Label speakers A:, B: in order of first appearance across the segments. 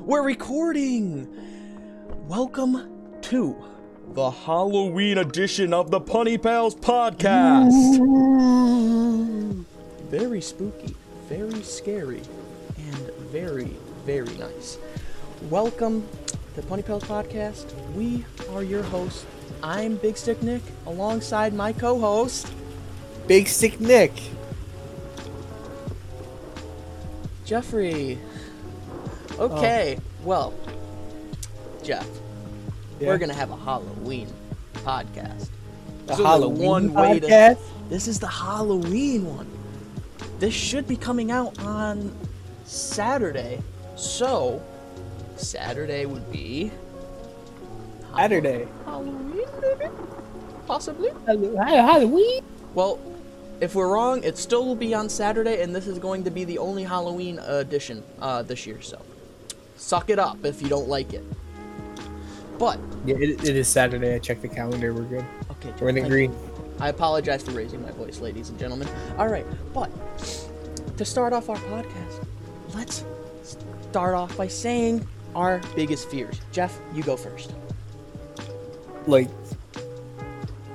A: We're recording! Welcome to the Halloween edition of the Punny Pals podcast! Very spooky, very scary, and very, very nice. Welcome to Punny Pals podcast. We are your hosts. I'm Big Stick Nick alongside my co host,
B: Big Stick Nick.
A: Jeffrey. Okay,
B: Oh.
A: well, Jeff, we're gonna have a Halloween podcast.
B: the
A: So there's
B: Halloween
A: one way to-
B: podcast.
A: This is the Halloween one. This should be coming out on Saturday, so Saturday would be
B: Saturday.
A: Halloween, maybe? Possibly.
B: Halloween.
A: Well, if we're wrong, it still will be on Saturday, and this is going to be the only Halloween edition uh, this year. So, suck it up if you don't like it. But
B: Yeah, it, it is Saturday. I checked the calendar. We're good.
A: okay, Jeff,
B: We're in the
A: thank-
B: green.
A: I apologize for raising my voice, ladies and gentlemen. All right, but to start off our podcast, let's start off by saying our biggest fears. Jeff, you go first.
B: Like,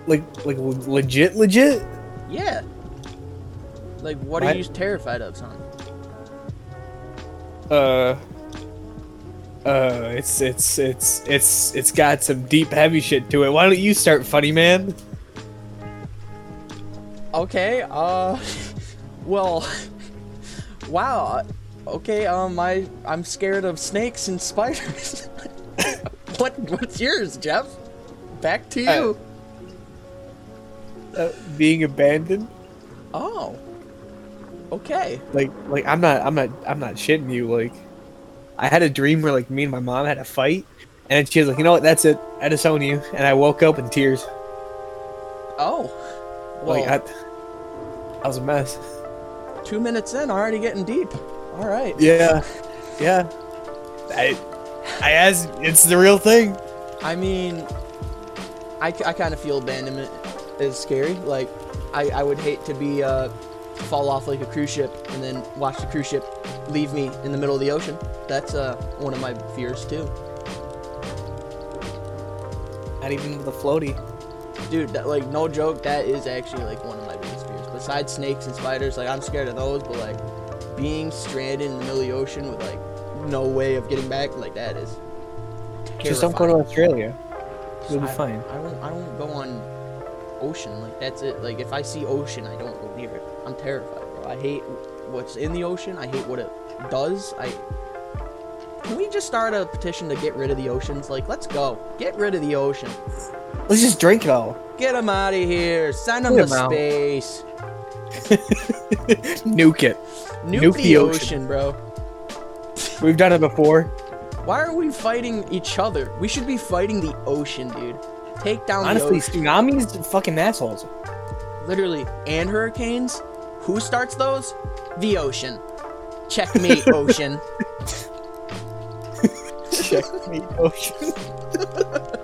B: like, like le- legit, legit.
A: Yeah. Like, what
B: My-
A: are you terrified of, son?
B: Uh, uh, it's it's it's it's it's got some deep, heavy shit to it. Why don't you start, funny man?
A: Okay, uh well wow. Okay, um I I'm scared of snakes and spiders. what what's yours, Jeff? Back to you.
B: Uh, being abandoned.
A: oh. Okay.
B: Like, like I'm not, I'm not, I'm not shitting you. Like, I had a dream where like me and my mom had a fight, and she was like, you know what? That's it. I disown you. And I woke up in tears.
A: Oh. Well,
B: Like I, I was a mess.
A: 2 minutes in, already getting deep. All right.
B: Yeah, yeah. I, I as it's the real thing.
A: I mean, I, I kind of feel abandonment is scary. Like, I, I would hate to be, uh, fall off like a cruise ship and then watch the cruise ship leave me in the middle of the ocean. That's, uh, one of my fears, too.
B: Not even with a floaty.
A: Dude, that, like, no joke, that is actually, like, one of my biggest fears. Besides snakes and spiders, like, I'm scared of those, but, like, being stranded in the middle of the ocean with, like, no way of getting back, like, that is.
B: Just don't go
A: terrifying.
B: to Australia. You'll be
A: I-
B: fine.
A: I don't. I don't go on ocean. Like that's it. Like if I see ocean, I don't go near it. I'm terrified, bro. I hate what's in the ocean. I hate what it does. I. Can we just start a petition to get rid of the oceans? Like, let's go. Get rid of the ocean.
B: Let's just drink it all.
A: Get them out of here. Send them
B: Get
A: to
B: 'em out.
A: space.
B: Nuke
A: Nuke,
B: it. Nuke
A: the,
B: the
A: ocean.
B: ocean.
A: bro.
B: We've done it before.
A: Why are we fighting each other? We should be fighting the ocean, dude. Take down the
B: Honestly,
A: ocean.
B: tsunamis are fucking assholes.
A: literally, and hurricanes. Who starts those? The ocean. Checkmate, ocean.
B: Checkmate ocean.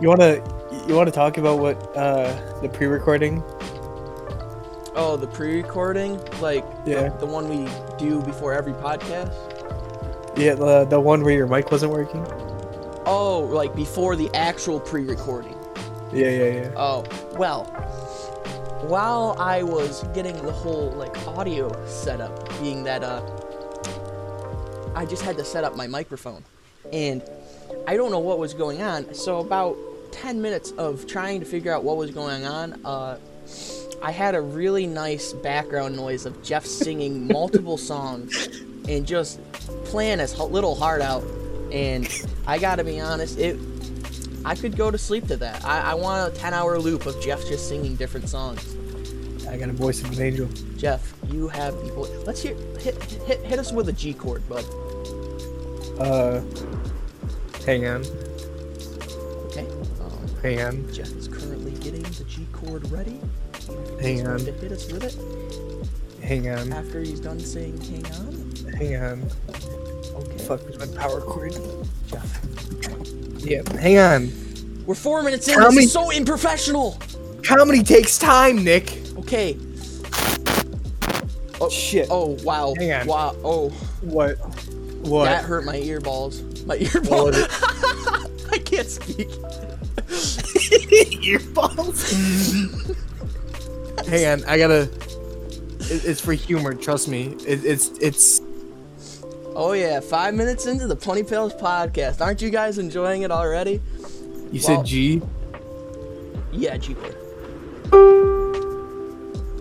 B: you wanna you wanna talk about what uh the pre-recording?
A: Oh, the pre-recording, like
B: Yeah.
A: the one we do before every podcast.
B: Yeah, the the one where your mic wasn't working.
A: Oh, like before the actual pre-recording.
B: Yeah, yeah, yeah.
A: Oh, well. While I was getting the whole like audio setup, being that uh, I just had to set up my microphone, and I don't know what was going on. So about ten minutes of trying to figure out what was going on, uh, I had a really nice background noise of Jeff singing multiple songs and just playing his little heart out. And I gotta be honest, it I could go to sleep to that. I, I want a 10 hour loop of Jeff just singing different songs.
B: I got a voice of an angel.
A: Jeff, you have the voice. Let's hear, hit, hit, hit us with a G chord, bud.
B: Uh, hang on,
A: Okay. Um,
B: hang on.
A: Jeff is currently getting the G chord ready. He's
B: Hang
A: going
B: on.
A: to hit us with it
B: Hang on,
A: after he's done saying hang on.
B: hang on.
A: Okay.
B: Fuck, where's my power cord?
A: Jeff.
B: Yeah, hang on.
A: We're four minutes in.
B: How
A: This
B: many-
A: is so unprofessional.
B: Comedy takes time, Nick.
A: Okay. Oh,
B: Shit.
A: Oh wow.
B: Hang on.
A: Wow. Oh,
B: What? What?
A: that hurt my earballs. My earballs.
B: was it?
A: I can't speak.
B: earballs. Hang on, I gotta. It, it's for humor, trust me. It, it's it's
A: Oh yeah, five minutes into the Plenty Pails podcast, aren't you guys enjoying it already?
B: you
A: Well-
B: said G.
A: Yeah, G word.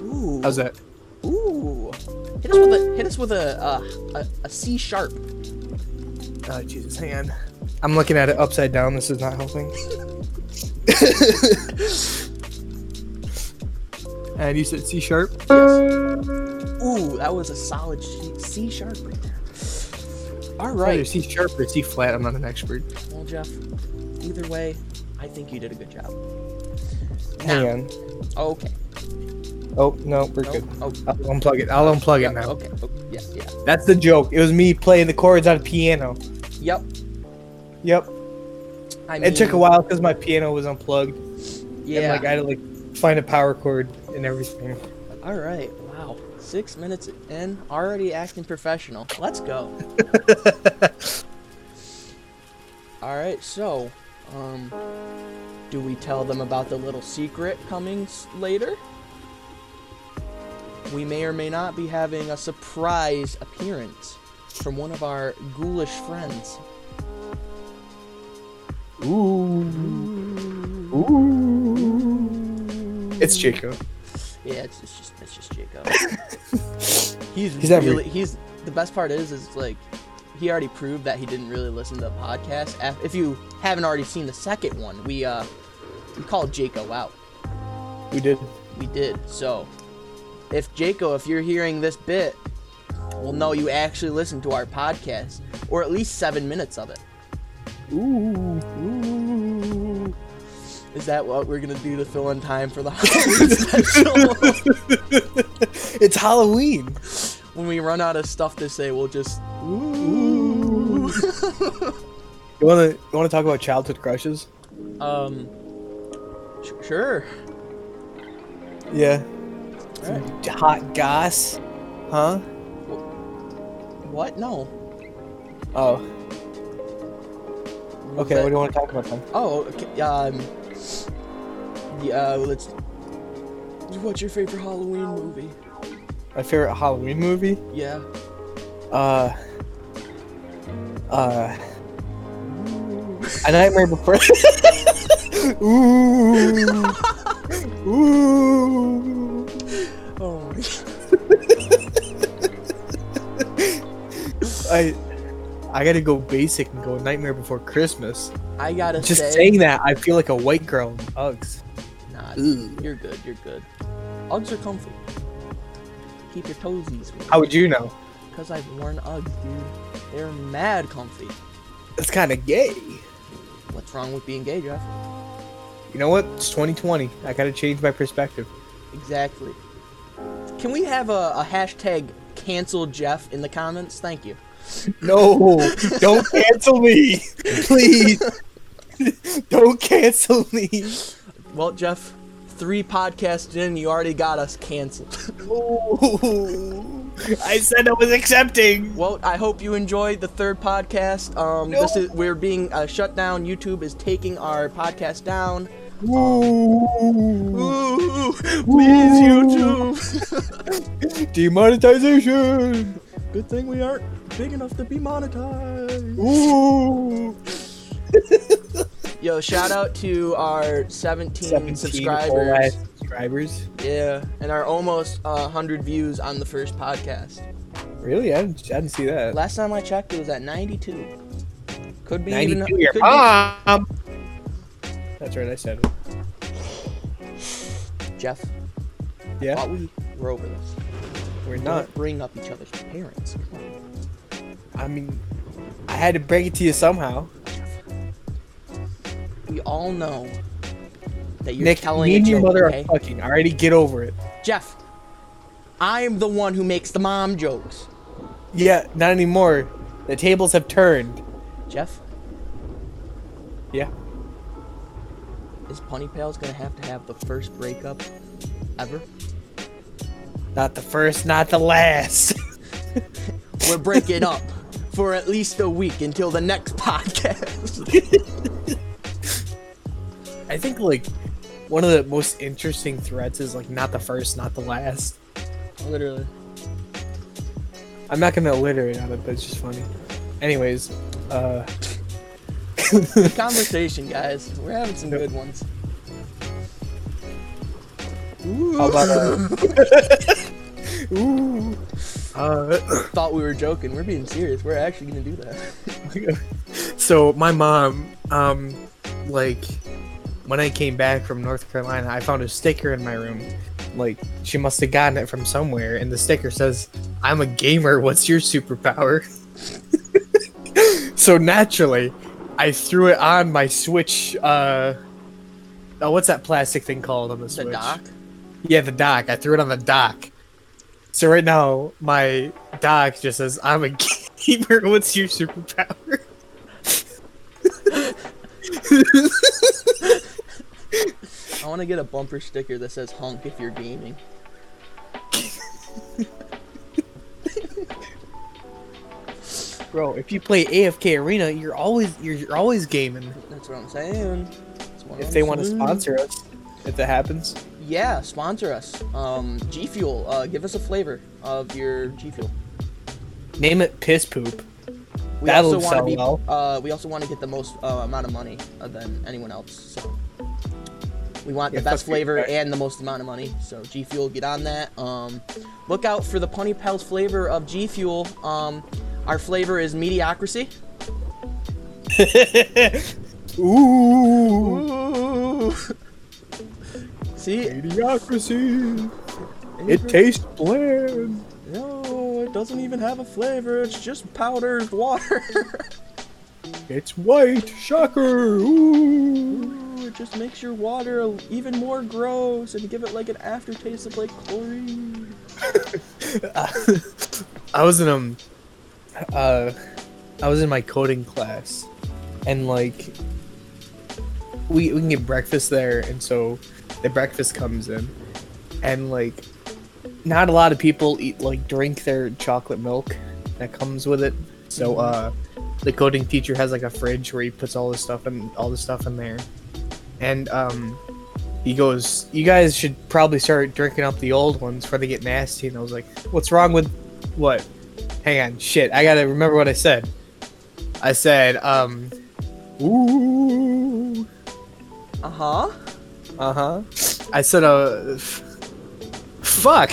A: Ooh.
B: How's that?
A: Ooh. Hit us with a hit us with a uh, a, a C sharp.
B: Oh Jesus, hang on. I'm looking at it upside down. This is not helping. and you said C sharp.
A: Ooh, that was a solid C, C sharp right there. All
B: Either
A: right.
B: C Oh, sharp or C flat. I'm not an expert.
A: Well, Jeff. Either way, I think you did a good job.
B: Hang
A: Now-
B: on.
A: Okay.
B: Oh no, we're
A: Oh,
B: good.
A: oh,
B: I'll unplug it. I'll unplug it
A: yeah,
B: now.
A: Oh, okay. Okay. Yeah. Yeah.
B: That's the joke. It was me playing the chords on piano.
A: Yep.
B: Yep.
A: I mean,
B: It took a while because my piano was unplugged. And
A: Mm. Yeah.
B: like I had to like find a power cord and everything.
A: All right. Wow. Six minutes in, already acting professional. Let's go. All right. So, um, do we tell them about the little secret coming s- later? We may or may not be having a surprise appearance from one of our ghoulish friends.
B: Ooh. Ooh. It's Jacob.
A: Yeah, it's, it's just it's just Jacob. he's
B: He's
A: really
B: every-
A: he's the best part is is like he already proved that he didn't really listen to the podcast. Af- If you haven't already seen the second one, we uh we called Jaco out.
B: We did.
A: We did so. If Jaco, if you're hearing this bit, well, no, you actually listened to our podcast or at least seven minutes of it.
B: Ooh. Ooh.
A: Is that what we're gonna do to fill in time for the Halloween special?
B: It's Halloween.
A: when we run out of stuff to say, we'll just
B: Ooh. you wanna you wanna talk about childhood crushes?
A: Um. Sh- sure.
B: Yeah.
A: All right.
B: Hot goss. Huh?
A: What? No.
B: Oh.
A: What was
B: Okay,
A: that?
B: what do you want to talk about then?
A: Oh. Okay. Um. Yeah. well, Let's. What's your favorite Halloween movie?
B: My favorite Halloween movie?
A: Yeah.
B: Uh uh A Nightmare Before Ooh. Ooh.
A: Oh my. God.
B: I I gotta go basic and go Nightmare Before Christmas.
A: I gotta
B: Just
A: say.
B: saying that, I feel like a white girl in Uggs.
A: Nah.
B: Ooh.
A: You're good. You're good. Uggs are comfy. Keep your toesies.
B: How would you know?
A: Because I've worn Uggs, dude. They're mad comfy.
B: That's kind of gay.
A: What's wrong with being gay, Jeff?
B: You know what? It's 2020. I gotta change my perspective.
A: Exactly. Can we have a, a hashtag cancel Jeff in the comments? Thank you.
B: No, don't cancel me, please. don't cancel me.
A: Well, Jeff, three podcasts in, you already got us canceled.
B: Ooh. I said I was accepting.
A: well, I hope you enjoyed the third podcast. Um, this is we're being uh, shut down. YouTube is taking our podcast down.
B: Ooh.
A: Ooh, please, YouTube.
B: Demonetization.
A: Good thing we aren't big enough to be monetized.
B: Ooh.
A: Yo, shout out to our 17,
B: 17 whole
A: subscribers.
B: ass subscribers.
A: Yeah, and our almost uh, 100 views on the first podcast.
B: Really? I didn't, I didn't see that.
A: Last time I checked, it was at 92. Could be even.
B: 92, your
A: could be-
B: mom. That's right. I said it.
A: Jeff,
B: Yeah.
A: thought we were over this.
B: We're not.
A: Don't bring up each other's parents. Come on.
B: I mean, I had to break it to you somehow.
A: We all know that you're
B: Nick,
A: telling
B: me
A: a
B: and your
A: joke,
B: mother
A: okay?
B: are fucking. Already, get over it.
A: Jeff, I am the one who makes the mom jokes.
B: Yeah, not anymore. The tables have turned.
A: Jeff,
B: Yeah.
A: is Punny Pals gonna have to have the first breakup ever?
B: Not the first, not the last.
A: We're breaking up for at least a week until the next podcast.
B: I think like one of the most interesting threats is like not the first, not the last.
A: Literally.
B: I'm not gonna alliterate on it, but it's just funny. Anyways, uh,
A: Conversation, guys. We're having some good ones.
B: how about uh, Ooh. Uh,
A: Thought we were joking. We're being serious. We're actually gonna do that.
B: so my mom, um, like when I came back from North Carolina, I found a sticker in my room. Like she must have gotten it from somewhere, and the sticker says, "I'm a gamer. What's your superpower?" so naturally, I threw it on my Switch. Uh, oh, what's that plastic thing called on the
A: The
B: Switch?
A: doc.
B: Yeah, the dock. I threw it on the dock. So right now, my dock just says, "I'm a gamer. What's your superpower?"
A: I want to get a bumper sticker that says "Hunk" if you're gaming.
B: Bro, if you play AFK Arena, you're always you're, you're always gaming.
A: That's what I'm saying. That's what
B: If
A: I'm
B: they want to
A: saying.
B: sponsor us, if that happens,
A: yeah, sponsor us. Um, G Fuel, uh, give us a flavor of your G Fuel.
B: name it piss poop.
A: We
B: That'll
A: also want
B: sell
A: to be.
B: well.
A: Uh, we also want to get the most uh, amount of money uh, than anyone else. So we want
B: Yeah,
A: the best
B: fuck you,
A: flavor
B: right.
A: and the most amount of money. So G Fuel, get on that. Um, look out for the Punny Pals flavor of G Fuel. Um, our flavor is mediocrity.
B: Ooh,
A: See,
B: idiocracy. It tastes bland.
A: No, it doesn't even have a flavor. It's just powdered water.
B: It's white. Shocker. Ooh.
A: Ooh, it just makes your water even more gross and give it like an aftertaste of like chlorine.
B: I was in um, uh, I was in my coding class, and like, we we can get breakfast there, and so the breakfast comes in, and like, not a lot of people eat like drink their chocolate milk that comes with it. So uh, the coding teacher has like a fridge where he puts all this stuff and all the stuff in there, and um. He goes, You guys should probably start drinking up the old ones before they get nasty. And I was like, What's wrong with what? Hang on, shit. I gotta remember what I said. I said, um, ooh,
A: Uh huh.
B: uh
A: Uh-huh.
B: huh. I said, uh, f- fuck.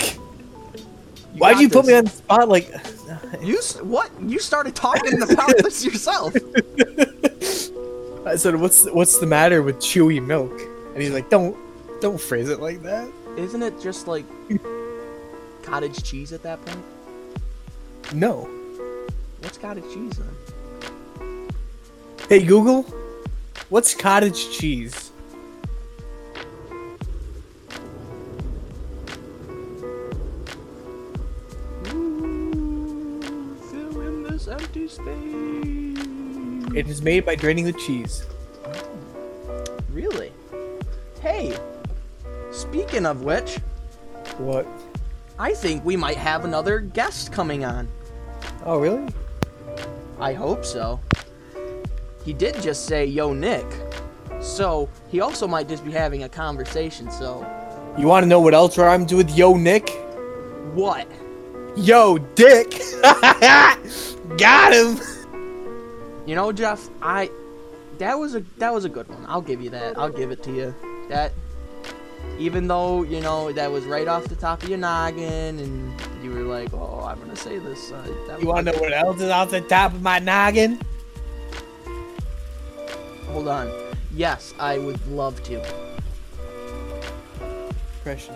B: Why'd
A: got
B: you put
A: this.
B: me on the spot? Like,
A: You s- what? You started talking about this yourself.
B: I said, what's what's the matter with chewy milk? And he's like, don't don't phrase it like that.
A: Isn't it just like cottage cheese at that point?
B: No.
A: What's cottage cheese then?
B: Hey Google, what's cottage cheese?
A: Ooh, fill in this empty space.
B: It is made by draining the cheese.
A: Really? Hey. Speaking of which,
B: What?
A: I think we might have another guest coming on.
B: Oh really?
A: I hope so. He did just say, yo, Nick. So, he also might just be having a conversation, so.
B: You want to know what else rhymes with Yo Nick?
A: What?
B: Yo, dick. Got him.
A: You know, Jeff, I. That was a that was a good one. I'll give you that. I'll give it to you. That, even though you know that was right off the top of your noggin, and you were like, "Oh, I'm gonna say this." Uh, that
B: You
A: was-
B: want to know what else is off the top of my noggin?
A: Hold on. Yes, I would love to.
B: Depression.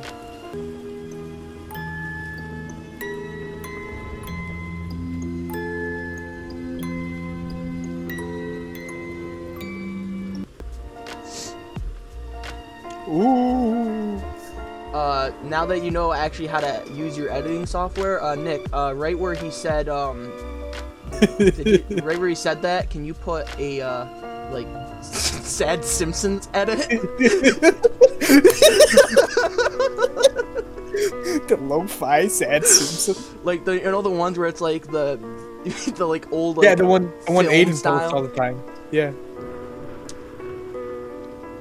B: Ooh.
A: uh, now that you know actually how to use your editing software, uh, Nick, uh, right where he said, um, did you- right where he said that, can you put a uh, like sad Simpsons edit?
B: the lo-fi sad Simpson.
A: Like the you know the ones where it's like the the like old like,
B: yeah, the one the one
A: film
B: Aiden posts
A: style.
B: all the time. Yeah.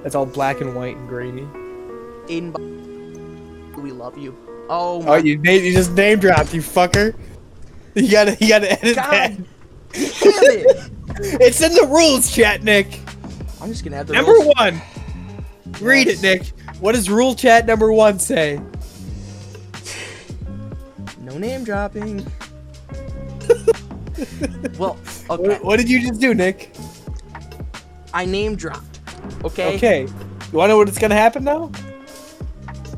B: That's all black and white and grainy.
A: Aiden. Bo- We love you. Oh
B: Oh,
A: my
B: you na- you just name dropped, you fucker. You gotta you gotta edit that.
A: God. damn it!
B: It's in the rules, chat, Nick.
A: I'm just gonna have the
B: Number
A: rules.
B: one. Read
A: Yes.
B: it, Nick. What does rule chat number one say?
A: No name dropping. well, okay.
B: What, what did you just do, Nick?
A: I name dropped. Okay?
B: Okay. You wanna know what's gonna happen now?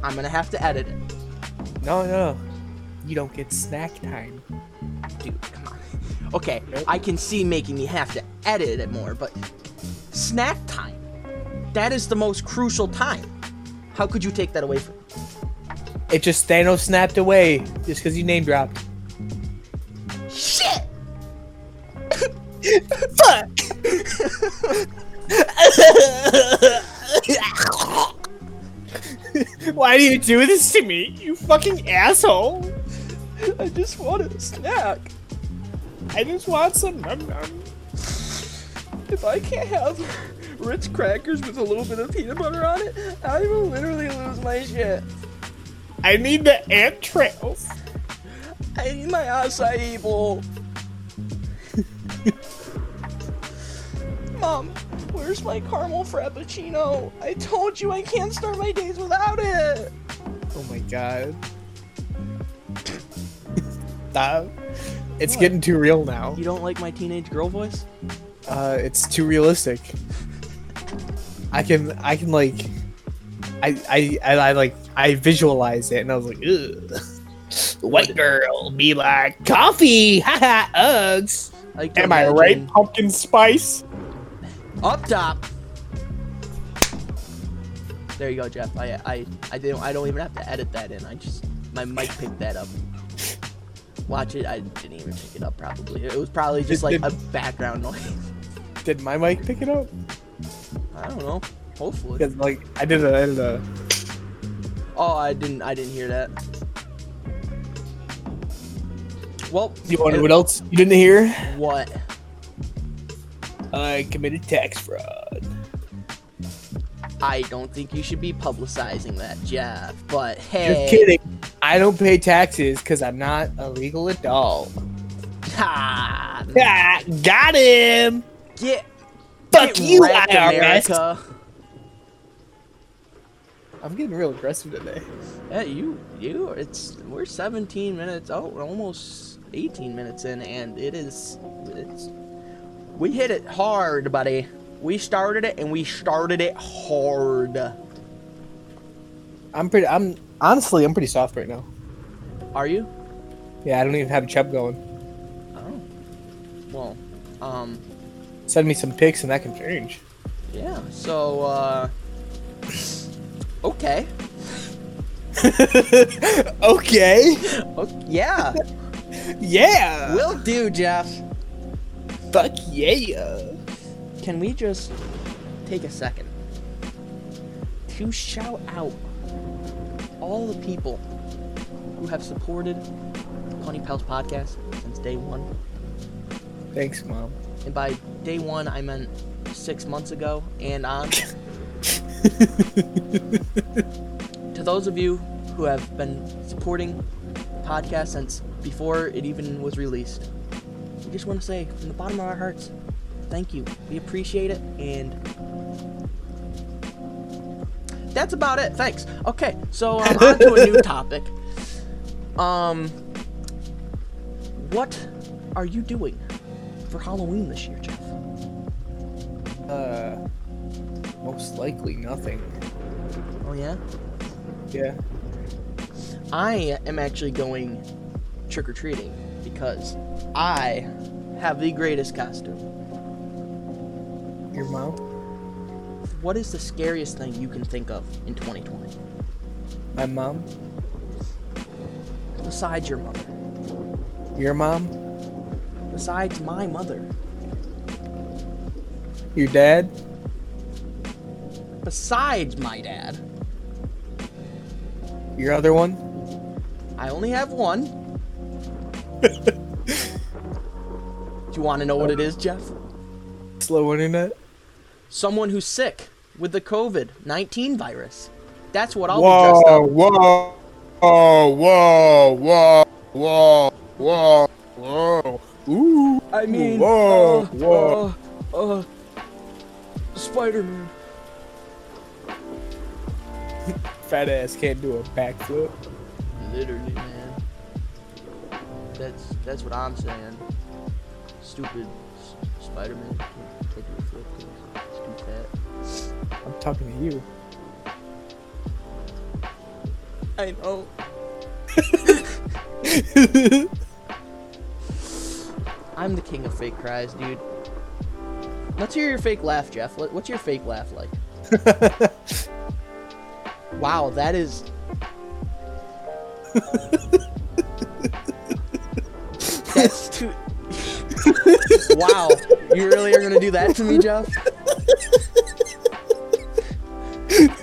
A: I'm gonna have to edit it.
B: No, no. You don't get snack time.
A: Dude, come on. Okay,
B: Nope.
A: I can see making me have to edit it more, but snack time. That is the most crucial time. How could you take that away from me?
B: It just Thanos snapped away just because you name dropped.
A: Shit!
B: Fuck! Why do you do this to me? You fucking asshole!
A: I just wanted a snack.
B: I just want some num num.
A: If I can't have Ritz crackers with a little bit of peanut butter on it, I will literally lose my shit.
B: I need the ant trails.
A: I need my acai bowl. Mom, where's my caramel frappuccino? I told you I can't start my days without it.
B: Oh my god. Stop. It's
A: What?
B: getting too real now.
A: You don't like my teenage girl voice?
B: Uh, it's too realistic. I can, I can like, I, I, I, I like, I visualized it, and I was like, Ugh. white girl be like coffee, haha, Uggs.
A: I like to
B: Am I right?
A: imagine
B: Pumpkin spice.
A: Up top. There you go, Jeff. I I I didn't. I don't even have to edit that in. I just my mic picked that up. Watch it. I didn't even pick it up. Probably it was probably just like
B: Did-
A: a background noise.
B: Did my mic pick it up?
A: I don't know. Hopefully.
B: 'Cause, like, I did a, I did a.
A: Oh, I didn't. I didn't hear that. Well,
B: You want to know what else you didn't hear?
A: what?
B: I committed tax fraud.
A: I don't think you should be publicizing that, Jeff. But hey,
B: Just kidding. I don't pay taxes because I'm not a legal adult.
A: Ha,
B: Ah, got him.
A: get
B: Fuck
A: get
B: you,
A: wrecked,
B: IRS.
A: America.
B: I'm getting real aggressive today.
A: Hey, you, you. It's we're 17 minutes. Oh, we're almost 18 minutes in, and it is. It's. We hit it hard, buddy. We started it, and we started it hard.
B: I'm pretty. I'm honestly, I'm pretty soft right now.
A: Are you?
B: Yeah, I don't even have a chub going.
A: Oh. Well, um,
B: Send me some pics and that can change.
A: yeah. So, uh, okay.
B: okay.
A: O- yeah,
B: Yeah.
A: will do, Jeff.
B: Fuck yeah.
A: Can we just take a second to shout out all the people who have supported Connie Pals podcast since day one?
B: Thanks, mom.
A: And by day one, I meant six months ago and on. to those of you who have been supporting the podcast since before it even was released, we just want to say from the bottom of our hearts, thank you. We appreciate it. And that's about it. Thanks. Okay, so um, on to a new topic. Um, what are you doing for Halloween this year, Jeff?
B: Uh, most likely nothing.
A: Oh yeah.
B: Yeah.
A: I am actually going trick or treating because I have the greatest costume.
B: Your mom?
A: What is the scariest thing you can think of in 2020
B: My mom?
A: besides your mother?
B: Your mom?
A: Besides my mother?
B: Your dad?
A: Besides my dad?
B: Your other one?
A: I only have one. Do you want to know what it is, Jeff?
B: Slow internet.
A: Someone who's sick with the COVID 19 virus. That's what I'll be dressed
C: Whoa,
A: up.
C: whoa, whoa, whoa, whoa, whoa, whoa, whoa. Ooh.
A: I mean,
C: Whoa,
A: uh,
C: whoa.
A: Uh, uh, Spider Man.
B: Fat ass can't do a backflip.
A: Literally, man. That's that's what I'm saying. Stupid s- Spider-Man can't, can't do a flip. can't Scoot that.
B: I'm talking to you.
A: I know. I'm the king of fake cries, dude. Let's hear your fake laugh, Jeff. What- What's your fake laugh like? wow, that is. That's too. wow, you really are gonna do that to me, Jeff?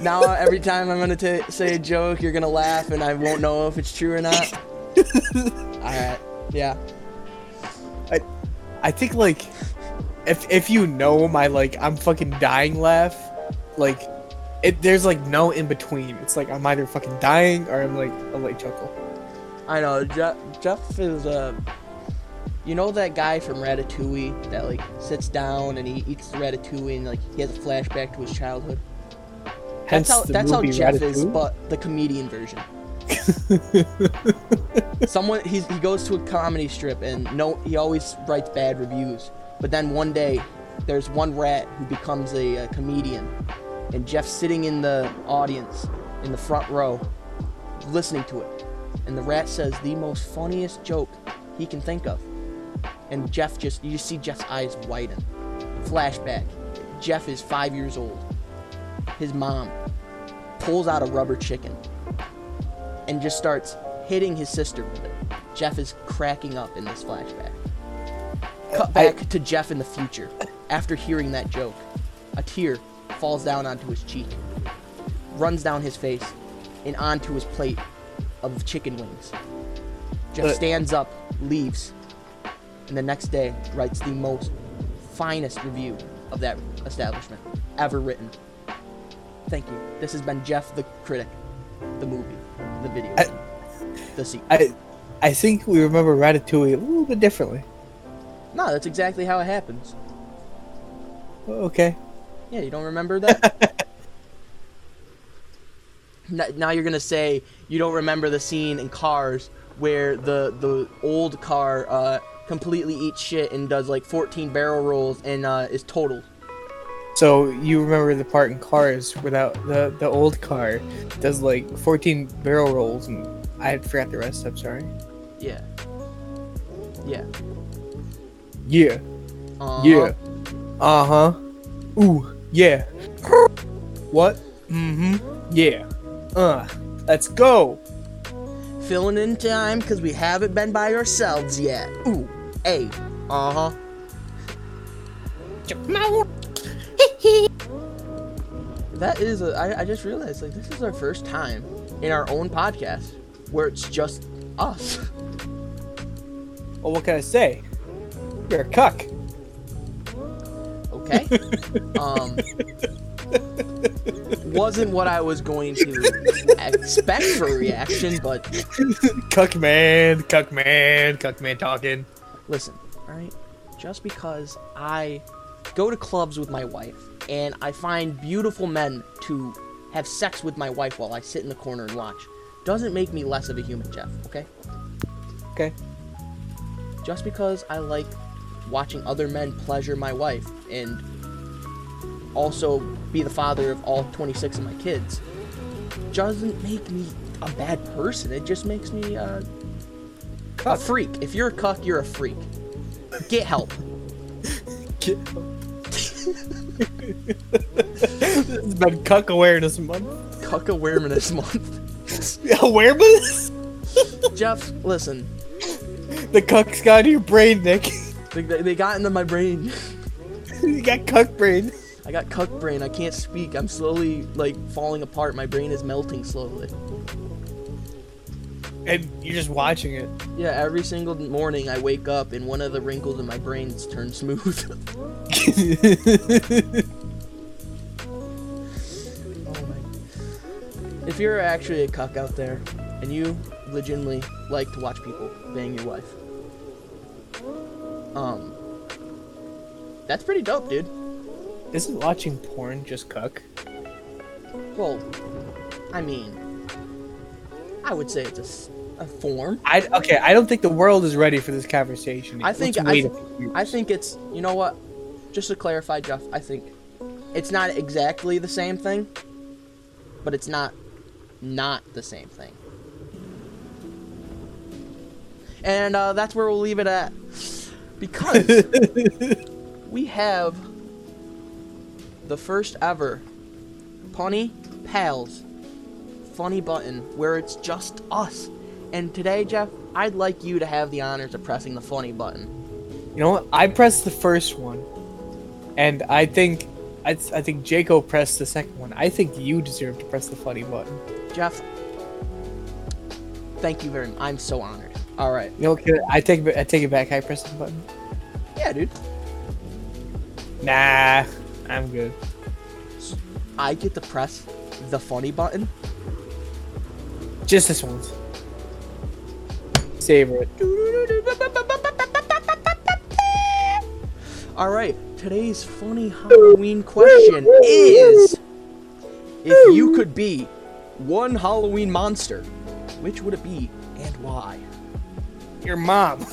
A: now every time I'm gonna t- say a joke, you're gonna laugh, and I won't know if it's true or not. All right, yeah.
B: I think like if if you know my like I'm fucking dying laugh, like it there's like no in between. It's like I'm either fucking dying or I'm like a light chuckle.
A: I know Jeff. Jeff is um, you know that guy from Ratatouille that like sits down and he eats the ratatouille and like he has a flashback to his childhood.
B: Hence
A: That's how
B: the
A: that's how
B: movie
A: Jeff is,
B: Ratatouille.
A: but the comedian version. Someone he's, he goes to a comedy strip and no, he always writes bad reviews. But then one day, there's one rat who becomes a, uh comedian, and Jeff's sitting in the audience, in the front row, listening to it, and the rat says the most funniest joke he can think of, and Jeff just you see Jeff's eyes widen. Flashback: Jeff is five years old. His mom pulls out a rubber chicken and just starts hitting his sister with it. Jeff is cracking up in this flashback. Cut
B: I-
A: back to Jeff in the future after hearing that joke. A tear falls down onto his cheek, runs down his face, and onto his plate of chicken wings. Jeff
B: But-
A: stands up, leaves, and the next day writes the most finest review of that establishment ever written. Thank you. This has been Jeff the Critic, the movie, the video,
B: I-
A: the sequel.
B: I I think we remember Ratatouille a little bit differently.
A: no, that's exactly how it happens.
B: Okay.
A: Yeah, you don't remember that? N- now you're gonna say you don't remember the scene in Cars where the the old car uh, completely eats shit and does like 14 barrel rolls and uh, is totaled.
B: So you remember the part in Cars without the the old car does like 14 barrel rolls and I forgot the rest. I'm sorry.
A: Yeah. Yeah.
B: Yeah.
A: uh
B: Yeah. Uh huh. Ooh. Yeah. What? Mm hmm. Yeah. Uh. Let's go.
A: Filling in time because we haven't been by ourselves yet. Ooh. Hey. Uh huh.
B: Oh,
A: That is, a, I, I just realized, like, this is our first time in our own podcast where it's just us.
B: Well, what can I say? You're a cuck.
A: Okay? um, wasn't what I was going to expect for a reaction, but
B: cuck man. Cuck man. Cuck man talking.
A: listen, all right? Just because I go to clubs with my wife and I find beautiful men to have sex with my wife while I sit in the corner and watch doesn't make me less of a human, Jeff, okay?
B: Okay.
A: Just because I like watching other men pleasure my wife and also be the father of all 26 of my kids doesn't make me a bad person. It just makes me uh, a
B: Cuck.
A: freak. If you're a cuck, you're a freak. Get help.
B: Get- this has been cuck awareness month.
A: Cuck awareness month.
B: awareness?
A: Jeff, listen,
B: The cuck's got in your brain, Nick.
A: they, they they got into my brain.
B: you got cuck brain.
A: I got cuck brain. I can't speak. I'm slowly like falling apart. My brain is melting slowly.
B: and you're just watching it.
A: Yeah, every single morning I wake up and one of the wrinkles in my brain's turned smooth. oh my. If you're actually a cuck out there and you legitimately like to watch people bang your wife, um, that's pretty dope, dude.
B: Isn't watching porn just cuck?
A: Well, I mean, I would say it's a s- a, form.
B: I okay. I don't think the world is ready for this conversation.
A: I think-
B: Let's
A: I
B: wait
A: th-
B: a few years.
A: I think it's, you know what? Just to clarify, Jeff, I think it's not exactly the same thing, but it's not not the same thing. And uh, that's where we'll leave it at because we have the first ever Pony Pals funny button where it's just us. And today, Jeff, I'd like you to have the honors of pressing the funny button.
B: You know what? I pressed the first one, and I think I, I think Jaco pressed the second one. I think you deserve to press the funny button.
A: Jeff, thank you very much. I'm so honored. All right.
B: You know, what, kid? I take it- I take it back. I press the button.
A: Yeah, dude.
B: Nah, I'm good.
A: I get to press the funny button.
B: Just this once. Savor it.
A: All right. Today's funny Halloween question is if you could be one Halloween monster, which would it be and why?
B: Your mom.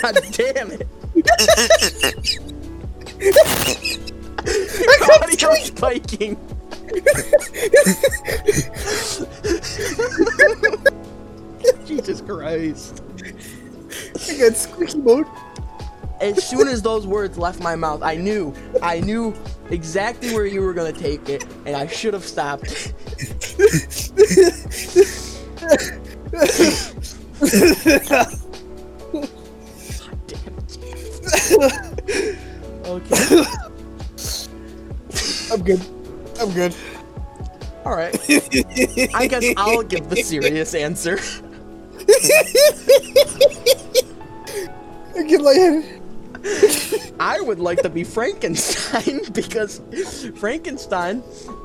A: God damn it. Audio spiking. Jesus Christ.
B: I got squeaky mode.
A: As soon as those words left my mouth, I knew, I knew exactly where you were gonna take it, and I should have stopped. Damn it. Okay.
B: I'm good. I'm good.
A: All right. I guess I'll give the serious answer.
B: I get lightheaded.
A: I would like to be Frankenstein because Frankenstein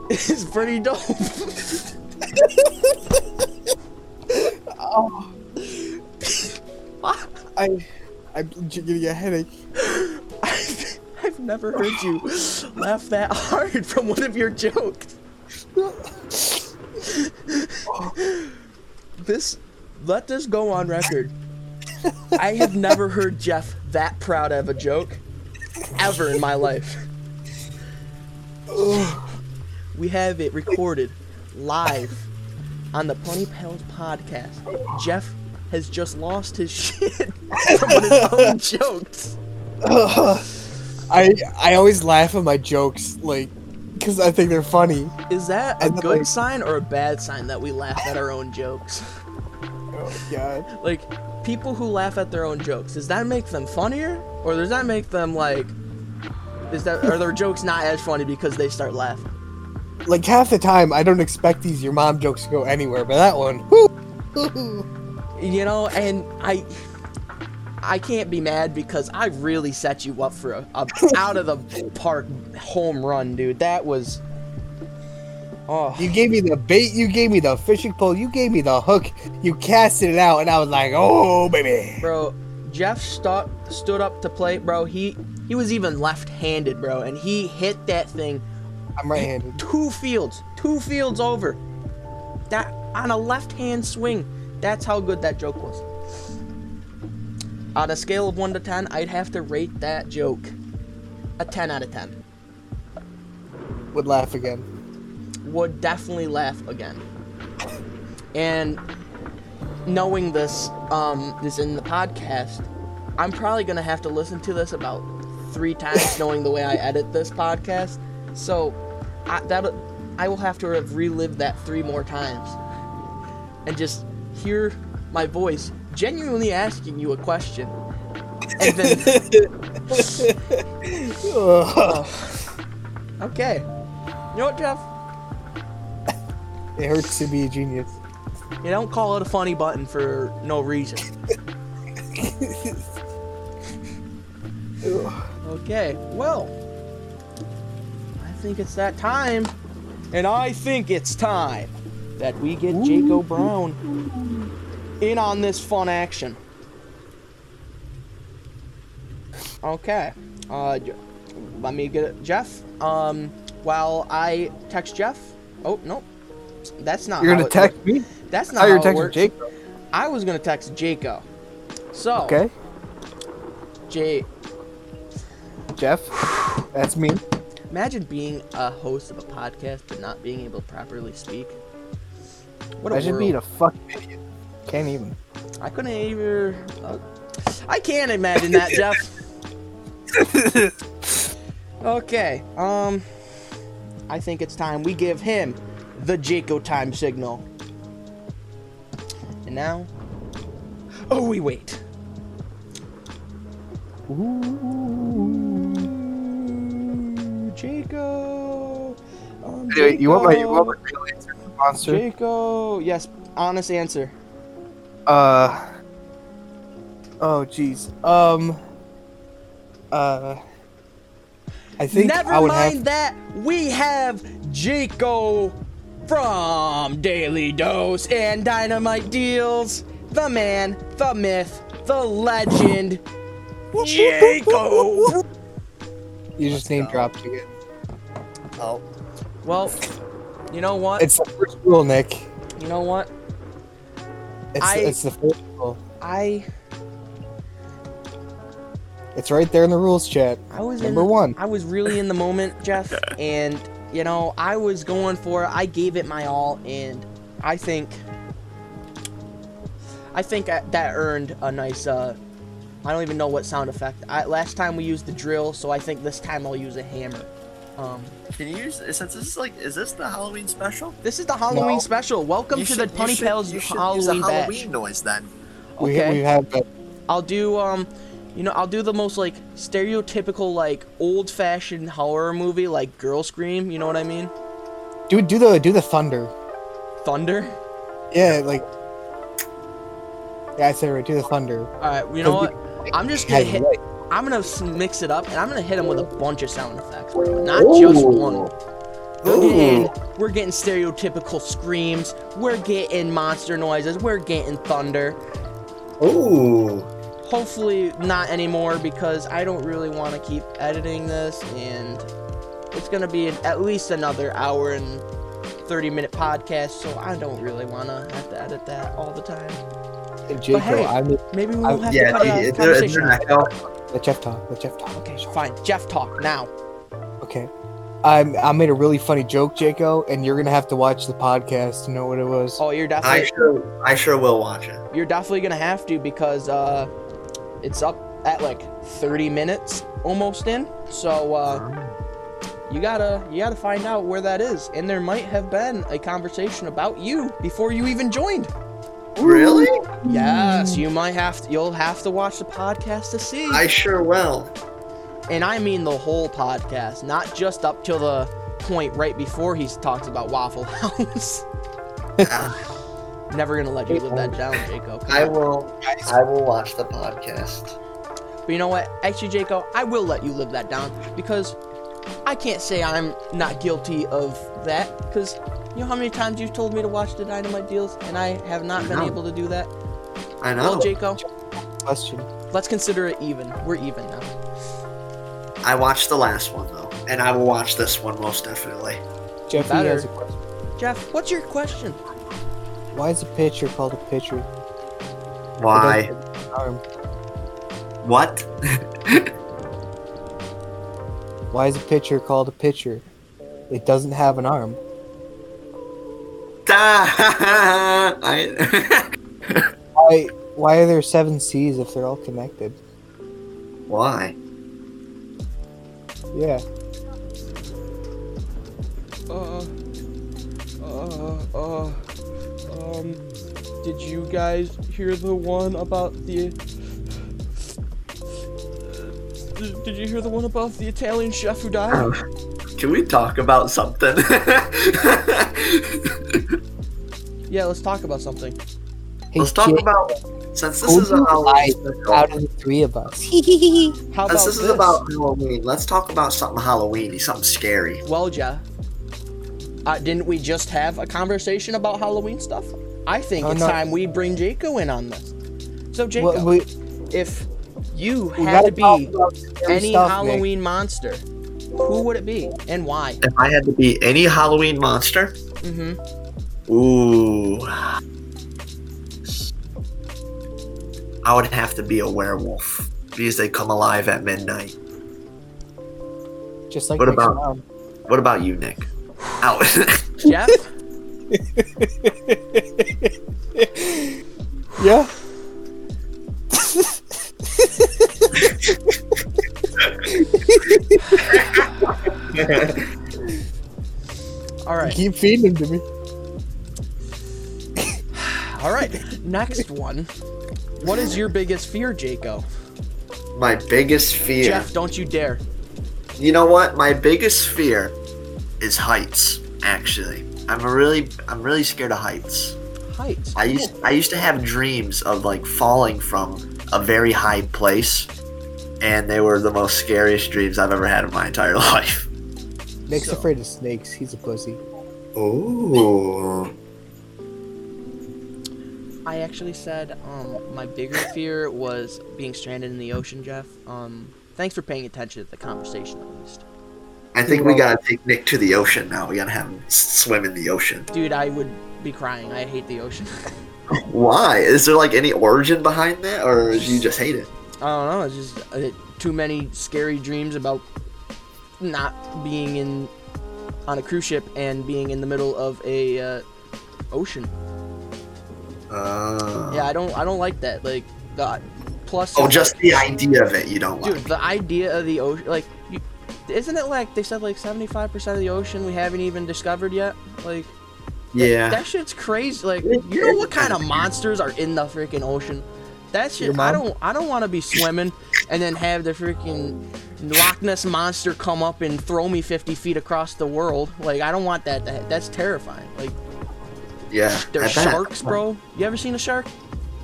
A: is pretty dope.
B: Oh, I, I, you're getting a headache.
A: I've, I've never heard you laugh that hard from one of your jokes. This, let this go on record. I have never heard Jeff that proud of a joke ever in my life. We have it recorded live on the Pony Pals podcast. Jeff has just lost his shit from one of his own jokes.
B: I, I always laugh at my jokes, like, because I think they're funny.
A: Is that a
B: And then,
A: good
B: like-
A: sign or a bad sign that we laugh at our own jokes?
B: Oh God.
A: Like, people who laugh at their own jokes, does that make them funnier? Or does that make them, like, is that, are their jokes not as funny because they start laughing?
B: Like half the time, I don't expect these your mom jokes to go anywhere, but that one. whoo.
A: You know, and I. I can't be mad because I really set you up for a, a out of the park home run, dude. That was. Oh.
B: You gave me the bait, you gave me the fishing pole, you gave me the hook, you casted it out, and I was like, oh baby.
A: bro. Jeff stu- stood up to play, bro. He he was even left-handed, bro, and he hit that thing
B: I'm right-handed.
A: two fields, two fields over. That on a left-hand swing. That's how good that joke was. On a scale of one to ten, I'd have to rate that joke a ten out of ten.
B: Would laugh again.
A: Would definitely laugh again. And knowing this um, is in the podcast, I'm probably gonna have to listen to this about three times, knowing the way I edit this podcast. So I, that I will have to have relived that three more times, and just hear my voice genuinely asking you a question, and then okay, you know what, Jeff?
D: it hurts to be a genius.
A: You don't call it a funny button for no reason. Okay, well, I think it's that time, and I think it's time that we get Jaco Brown in on this fun action. Okay, uh, J- let me get it, Jeff. Um, while I text Jeff. Oh no, that's not.
D: You're
A: how
D: gonna
A: it
D: text me?
A: works. That's
D: Oh,
A: not
D: you're
A: how it
D: texting
A: works.
D: Jake.
A: I was gonna text Jaco. So
D: Okay,
A: Jay,
D: Jeff. That's me.
A: Imagine being a host of a podcast but not being able to properly speak. What a
D: I should
A: world.
D: be a fucking idiot. Can't even.
A: I couldn't even. Uh, I can't imagine that, Jeff. okay. Um, I think it's time we give him the Jaco time signal. And now, oh, we wait. Ooh, Jaco. Um,
D: Anyway, you want my you
A: Jaco.
D: want my real answer, monster?
A: Jaco. Yes, honest answer.
D: Uh. Oh jeez. Um. Uh. I think
A: Never
D: I would
A: mind
D: have.
A: that. We have Jaco from Daily Dose and Dynamite Deals. The man, the myth, the legend, Jaco.
D: You just name dropped again.
A: Oh. Well, you know what?
D: It's the first rule, Nick.
A: you know what?
D: It's
A: I-
D: it's the first rule.
A: I
D: It's right there in the rules chat.
A: I was
D: number
A: in,
D: one.
A: I was really in the moment, Jeff, and you know I was going for. it. I gave it my all, and I think, I think I- that earned a nice. Uh, I don't even know what sound effect. I, last time we used the drill, so I think this time I'll use a hammer. Um,
E: Can you use since this is like is this the Halloween special?
A: this is the Halloween
D: No.
A: special. Welcome
E: You
A: to
E: should-
A: the
E: you
A: Punny
E: should-
A: Pals
E: you should
A: Halloween,
E: use the
A: batch.
E: Halloween noise then.
A: okay.
D: We we have that.
A: I'll do um you know, I'll do the most like stereotypical like old fashioned horror movie like Girl Scream, you know what I mean?
D: Do do the do the thunder.
A: Thunder.
D: Yeah, like. Yeah, I said right. Do the thunder.
A: All right, you know what? I'm just gonna
D: Has
A: hit.
D: right.
A: I'm gonna s- mix it up, and I'm gonna hit him with a bunch of sound effects, not just one. We're getting, we're getting stereotypical screams. We're getting monster noises. We're getting thunder.
F: Ooh.
A: Hopefully not anymore because I don't really want to keep editing this, and it's gonna be an, at least another hour and 30 minute podcast. So I don't really want to have to edit that all the time.
D: And Jacob,
A: Oh, hey,
D: I'm the
A: Maybe we
D: I-
A: won't have to
F: Yeah,
A: cut out
F: dude,
A: the
F: it's it's
A: conversation.
F: not help.
D: let Jeff talk. Let Jeff talk.
A: Okay, fine. Jeff, talk now.
D: Okay. I I made a really funny joke, Jaco, and you're gonna have to watch the podcast to know what it was.
A: Oh, you're definitely
F: I sure, I sure will watch it.
A: you're definitely gonna have to because uh, it's up at like 30 minutes almost in. So uh, you gotta you gotta find out where that is, and there might have been a conversation about you before you even joined.
F: Really?
A: Yes, you might have to, you'll have to watch the podcast to see,
F: I sure will.
A: and I mean the whole podcast, not just up till the point right before he talks about Waffle House.
F: Yeah,
A: Never gonna let you live that down, Jacob.
F: I will. I will watch the podcast.
A: But you know what? Actually, Jaco, I will let you live that down because I can't say I'm not guilty of that. Because you know how many times you've told me to watch the Dynamite deals and I have not been
F: No.
A: able to do that?
F: I
A: Well,
F: know.
A: Jaco, Oh,
D: Question.
A: let's consider it even. We're even now.
F: I watched the last one though, and I will watch this one most definitely.
D: Jeffy
A: Better.
D: has a question.
A: Jeff, what's your question?
D: Why is a pitcher called a pitcher?
F: Why?
D: Arm.
F: What?
D: Why is a pitcher called a pitcher? It doesn't have an arm.
F: I.
D: Why why are there seven C's if they're all connected?
F: Why?
D: Yeah.
A: Uh, uh, uh, um, did you guys hear the one about the? uh, Did- Did you hear the one about the Italian chef who died?
F: Oh. Can we talk about something?
A: Yeah, let's talk about something.
D: Hey,
F: Let's talk
D: Jake,
F: about since this
D: who
F: is a Halloween
D: lied out
F: special,
D: of the three of us.
A: How about
F: since this
A: this?
F: is about Halloween, let's talk about something Halloweeny, something scary.
A: Well, Jeff, uh, didn't we just have a conversation about Halloween stuff? I think
D: Oh,
A: it's
D: no.
A: time we bring Jaco in on this. So, Jaco,
D: Well, we,
A: if you
D: we
A: had
D: gotta
A: to
D: talk
A: be
D: about scary
A: any
D: stuff, Nick.
A: Halloween monster, who would it be and why?
F: If I had to be any Halloween monster,
A: Mm-hmm.
F: ooh, I would have to be a werewolf because they come alive at midnight.
D: Just like
F: What
D: Nick's
F: about-
D: mom.
F: What about you, Nick? Out.
A: Jeff,
D: Yeah.
A: all right,
D: Keep feeding to me.
A: all right. Next one. What is your biggest fear, Jaco?
F: My biggest fear.
A: Jeff, don't you dare.
F: You know what? My biggest fear is heights. Actually, I'm a really, I'm really scared of heights.
A: Heights.
F: I used, I used to have dreams of like falling from a very high place, and they were the most scariest dreams I've ever had in my entire life.
D: Nick's
A: So-
D: afraid of snakes. He's a pussy.
F: Ooh.
A: I actually said um, my bigger fear was being stranded in the ocean, Jeff. Um, thanks for paying attention to the conversation, at least.
F: I think we gotta take Nick to the ocean now. We gotta have him s- swim in the ocean.
A: Dude, I would be crying. I hate the ocean.
F: Why? Is there like any origin behind that, or do you just hate it?
A: I don't know. It's just uh, too many scary dreams about not being in on a cruise ship and being in the middle of a uh, ocean.
F: Uh,
A: Yeah, I don't. I don't like that. Like the plus.
F: Oh,
A: it's
F: just the idea of it you don't like.
A: Dude, the idea of the ocean, like, you, isn't it like they said like 75% of the ocean we haven't even discovered yet? Like,
F: yeah.
A: that shit's crazy. Like,
F: It-
A: you know
F: it-
A: what kind of monsters are in the freaking ocean? That
D: Your
A: shit, I
D: mom?
A: don't, I don't want to be swimming and then have the freaking Loch Ness monster come up and throw me 50 feet across the world. Like, I don't want that. to ha- that's terrifying. Like,
F: yeah.
A: there's
F: I bet.
A: sharks, bro. You ever seen a shark?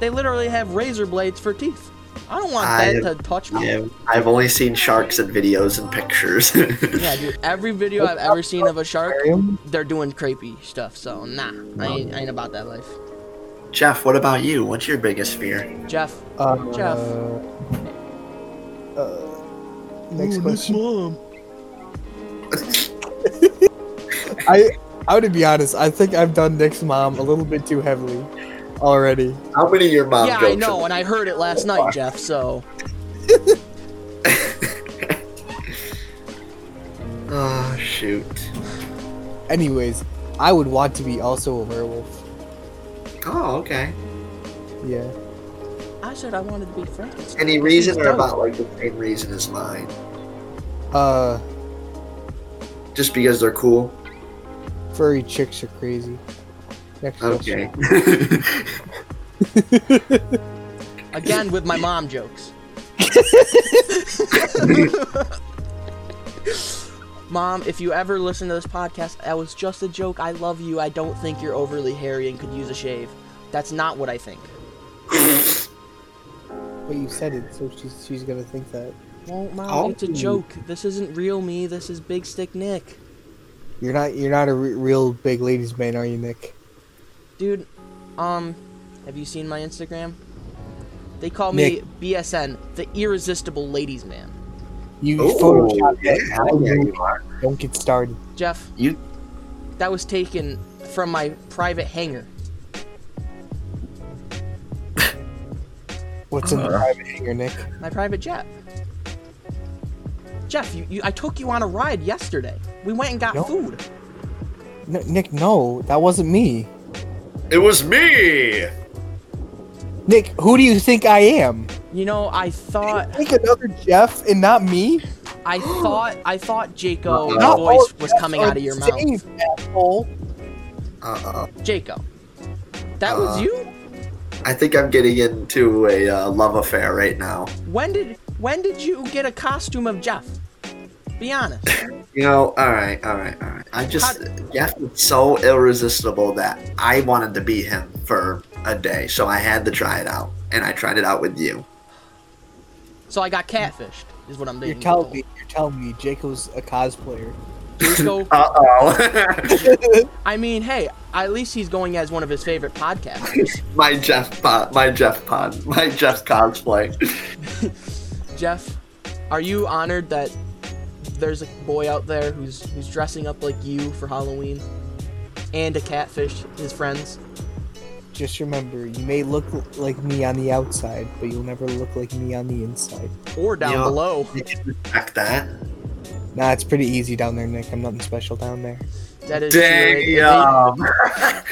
A: They literally have razor blades for teeth. I don't want
F: I-
A: that to touch me.
F: Yeah, I've only seen sharks in videos and pictures.
A: Yeah, dude. Every video I've ever seen of a shark,
D: Aquarium?
A: they're doing creepy stuff. So nah, I ain't, I ain't about that life.
F: Jeff, what about you? What's your biggest fear?
A: Jeff,
D: Uh,
A: Jeff.
D: Uh, next question.
A: mom.
D: I I would be honest. I think I've done Nick's mom a little bit too heavily already.
F: How many of your mom
A: Yeah,
F: jokes?
A: I know,
F: are-
A: and I heard it last night, Jeff. So
F: Oh shoot.
D: Anyways, I would want to be also a werewolf.
F: Oh okay.
D: Yeah.
A: I said I wanted to be Frankenstein.
F: Any reason
A: He's
F: or
A: dope.
F: about like the same reason as mine?
D: Uh,
F: Just because they're cool.
D: furry chicks are crazy. Next
F: Okay.
A: Again with my mom jokes. Mom, if you ever listen to this podcast, that was just a joke. I love you. I don't think you're overly hairy and could use a shave. That's not what I think.
D: But you said it, so she's she's gonna think that
A: Well, Mom,
F: Oh.
A: it's a joke. This isn't real me. This is Big Stick Nick.
D: you're not you're not a re- real big ladies man, are you, Nick?
A: Dude, um, have you seen my Instagram? They call
D: Nick.
A: me BSN, the irresistible ladies man.
D: You
F: Ooh,
D: photoshopped
F: yeah,
D: it.
F: hell yeah, you are.
D: Don't get started.
A: Jeff,
F: You-
A: that was taken from my private hangar.
D: What's in the
F: Uh-huh.
D: private hangar, Nick?
A: my private jet. Jeff, you, you, I took you on a ride yesterday. We went and got
D: No.
A: food.
D: No, Nick, no, that wasn't me.
F: It was me.
D: Nick, who do you think I am?
A: You know, I thought,
D: Think another Jeff and not me?
A: I thought, I thought Jaco's
F: No.
A: voice was
D: Jeffs
A: coming
D: are
A: out of your
D: the
A: mouth.
D: same, asshole.
F: Uh oh.
A: Jaco, that was
F: Uh.
A: you?
F: I think I'm getting into a uh, love affair right now.
A: When did when did you get a costume of Jeff? Be honest.
F: You know, all right, all right, all right. I just Jeff was so irresistible that I wanted to be him for a day, so I had to try it out, and I tried it out with you.
A: So I got catfished. Is what I'm
D: You're
A: being
D: telling
A: told.
D: me. You're telling me. Jacob's a cosplayer.
A: Dusko-
F: Uh oh,
A: I mean, hey, at least he's going as one of his favorite podcasters.
F: my Jeff pod, my Jeff pod, my Jeff cosplay.
A: Jeff, are you honored that there's a boy out there who's who's dressing up like you for Halloween and to catfish his friends?
D: Just remember, you may look l- like me on the outside, but you'll never look like me on the inside.
A: Or down
F: Yeah.
A: below.
F: You can respect that.
D: Nah, it's pretty easy down there, Nick. I'm nothing special down there.
A: That is true.
F: Damn.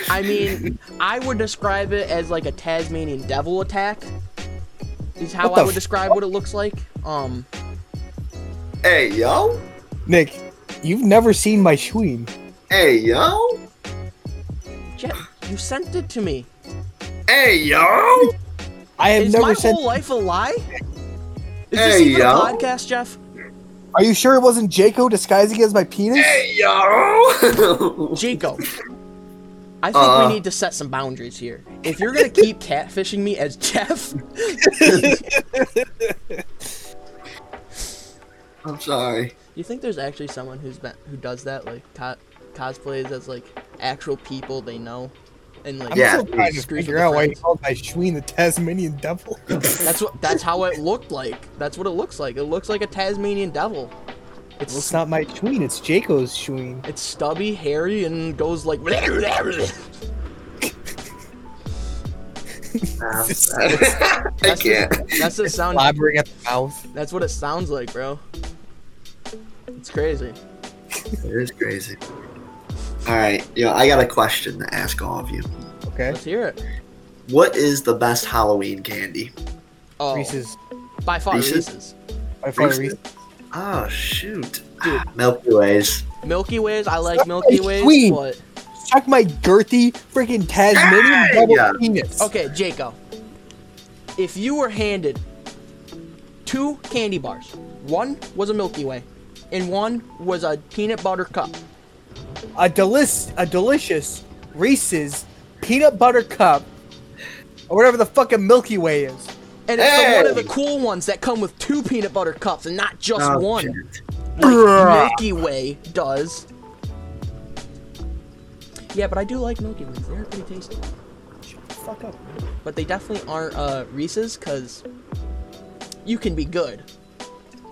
A: I mean, I would describe it as like a Tasmanian devil attack. Is how
D: What the
A: I would describe what it looks like. Um,
F: hey yo,
D: Nick, you've never seen my Schween.
F: hey yo,
A: Jeff, you sent it to me.
F: hey yo.
D: I have
A: Is
D: never
A: my
D: sent.
A: whole life a lie? Is this
F: Hey,
A: even
F: yo.
A: a podcast, Jeff?
D: Are you sure it wasn't Jaco disguising as my penis?
F: Hey yo!
A: Jaco, I think
F: Uh.
A: we need to set some boundaries here. If you're gonna keep catfishing me as Jeff,
F: I'm sorry.
A: you think there's actually someone who's been who does that, like co- cosplays as like actual people they know, and like
D: I'm
F: Yeah.
D: still trying to
A: screws with
D: figure
A: their
D: out why you
A: friends.
D: called my Schween the Tasmanian Devil.
A: That's what that's how it looked like. That's what it looks like. It looks like a Tasmanian devil. It's
D: it's not my Schween. It's Jaco's Schween.
A: it's stubby, hairy, and goes like.
F: Um, I can't.
A: That's the sound.
D: Blabbering at the mouth.
A: That's what it sounds like, bro. It's crazy.
F: It is crazy. All right, you know, I got a question to ask all of you.
D: Okay.
A: Let's hear it.
F: What is the best Halloween candy?
A: Oh,
D: Reese's.
A: by far
F: Reese's?
A: Reese's.
D: By far,
F: Reese's.
D: Reese's.
F: Oh shoot,
A: Dude.
F: Ah, Milky Ways.
A: Milky Ways, I like
D: Stop
A: Milky
D: my
A: Ways,
D: queen.
A: but
D: Check my girthy freaking Tasmanian
F: Hey!
D: Devil
F: Yeah.
D: penis.
A: okay, Jaco. If you were handed two candy bars, one was a Milky Way, and one was a peanut butter cup.
D: A delish, a delicious Reese's peanut butter cup, or whatever the fucking Milky Way is.
A: And it's the one of the
F: Hey!
A: cool ones that come with two peanut butter cups and not just
F: Oh,
A: one.
F: shit.
A: Like Milky Way does. Yeah, but I do like Milky Ways. They're pretty tasty.
D: Fuck up.
A: But they definitely aren't uh, Reese's because you can be good.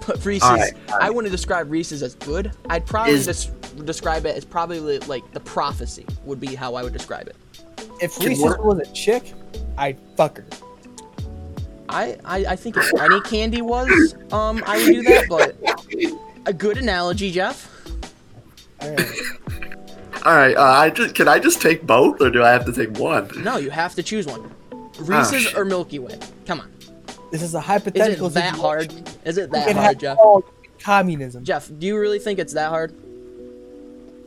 A: But Reese's,
F: Alright, alright.
A: I wouldn't describe Reese's as good. I'd probably
F: Is-
A: des- describe it as probably like the prophecy would be how I would describe it.
D: If
F: Can
D: Reese's
F: work.
D: was a chick, I'd fuck her.
A: I, I, I think if any candy was, um, I would do that. But a good analogy, Jeff.
D: Alright.
F: All right, uh, I just can I just take both, or do I have to take one?
A: No, you have to choose one. Reese's
F: shit.
A: or Milky Way. Come on,
D: This is a
A: is
D: hypothetical.
A: it that
D: situation.
A: hard? Is it
D: You
A: that
D: can
A: hard,
D: have
A: Jeff?
D: all Oh, communism.
A: Jeff, do you really think it's that hard?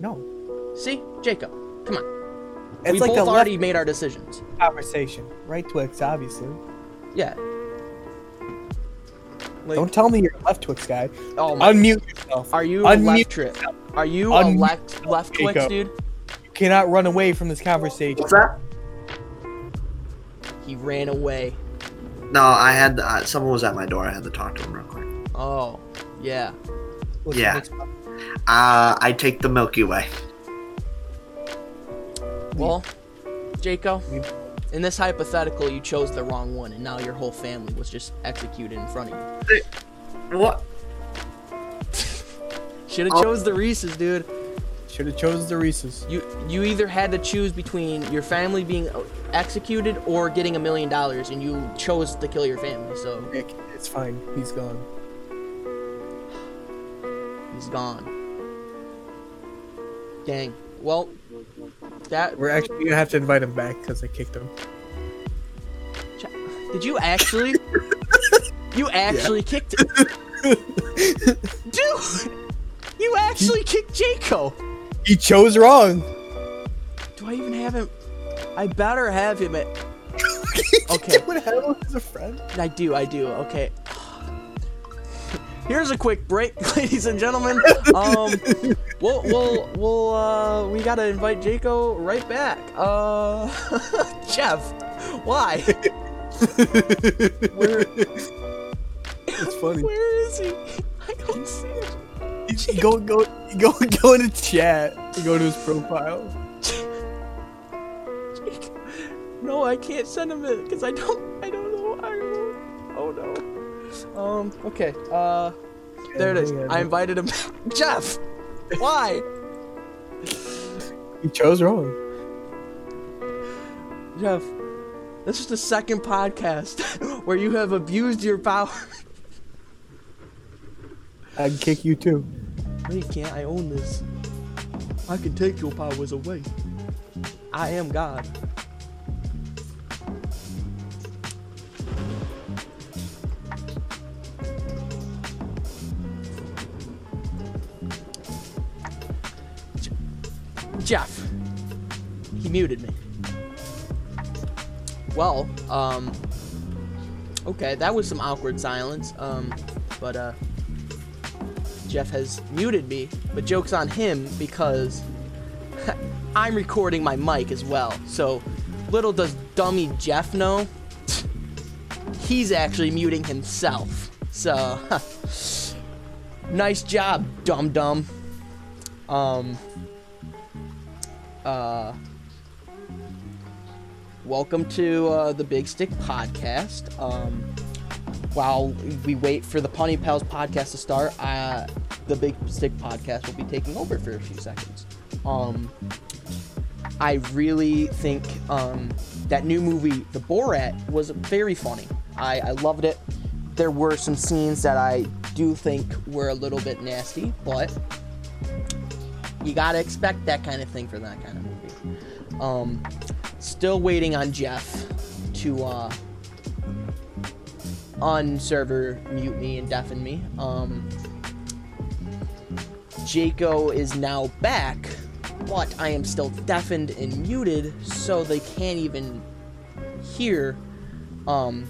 D: No.
A: See, Jacob, come on.
D: It's
A: we
D: like
A: both
D: the
A: already
D: left
A: made our decisions.
D: conversation. Right Twix, obviously.
A: Yeah. Like,
D: Don't tell me you're a left Twix guy.
A: oh my,
D: Unmute yourself.
A: are you a
D: unmute
A: left trip? Are you a
D: Unmute
A: left left twix,
D: Jacob.
A: dude?
D: You cannot run away from this conversation.
F: What's that?
A: He ran away.
F: No, I had uh, someone was at my door. I had to talk to him real quick.
A: Oh, yeah.
D: Listen,
F: Yeah.
D: next month,
F: Uh, I take the Milky Way.
A: Well, Jaco,
D: We-
A: in this hypothetical, you chose the wrong one, and now your whole family was just executed in front of you.
F: What?
A: Should have
F: Oh.
A: chose the Reese's, dude.
D: Should have chose the Reese's.
A: You you either had to choose between your family being executed or getting a million dollars, and you chose to kill your family. So
D: Nick, it's fine. He's gone.
A: He's gone. Dang. Well, that.
D: We're actually gonna have to invite him back because I kicked him.
A: Did you actually? you actually kicked. Dude! You actually kicked Jaco!
D: He chose wrong.
A: Do I even have him? I better have him at. Okay.
D: What hell is a friend?
A: I do, I do. Okay. Here's a quick break, ladies and gentlemen. Um, we'll, we'll, we'll, uh, we gotta invite Jaco right back. Uh, Jeff, why? Where,
D: It's funny.
A: where is he? I don't see him.
D: You go go go go into chat. You go to his profile.
A: No, I can't send him it because I don't. I don't know. I don't know. Oh no. Um. Okay. Uh. There it is. I invited him. Jeff. Why?
D: You chose wrong.
A: Jeff. This is the second podcast where you have abused your power.
D: I'd kick you too.
A: No, you can't. I own this. I can take your powers away. I am God. Je- Jeff. He muted me. Well, um. Okay, that was some awkward silence. Um, but, uh. Jeff has muted me, but joke's on him because I'm recording my mic as well. So little does dummy Jeff know, he's actually muting himself. So nice job, dum dum. Um, uh, welcome to uh, the Big Stick Podcast. Um, while we wait for the Pawnee Pals podcast to start, uh, the Big Stick podcast will be taking over for a few seconds. Um, I really think um, that new movie, The Borat, was very funny. I, I loved it. There were some scenes that I do think were a little bit nasty, but you gotta expect that kind of thing for that kind of movie. Um, still waiting on Jeff to uh, unserver mute me and deafen me. Um, Jaco is now back, but I am still deafened and muted, so they can't even hear um,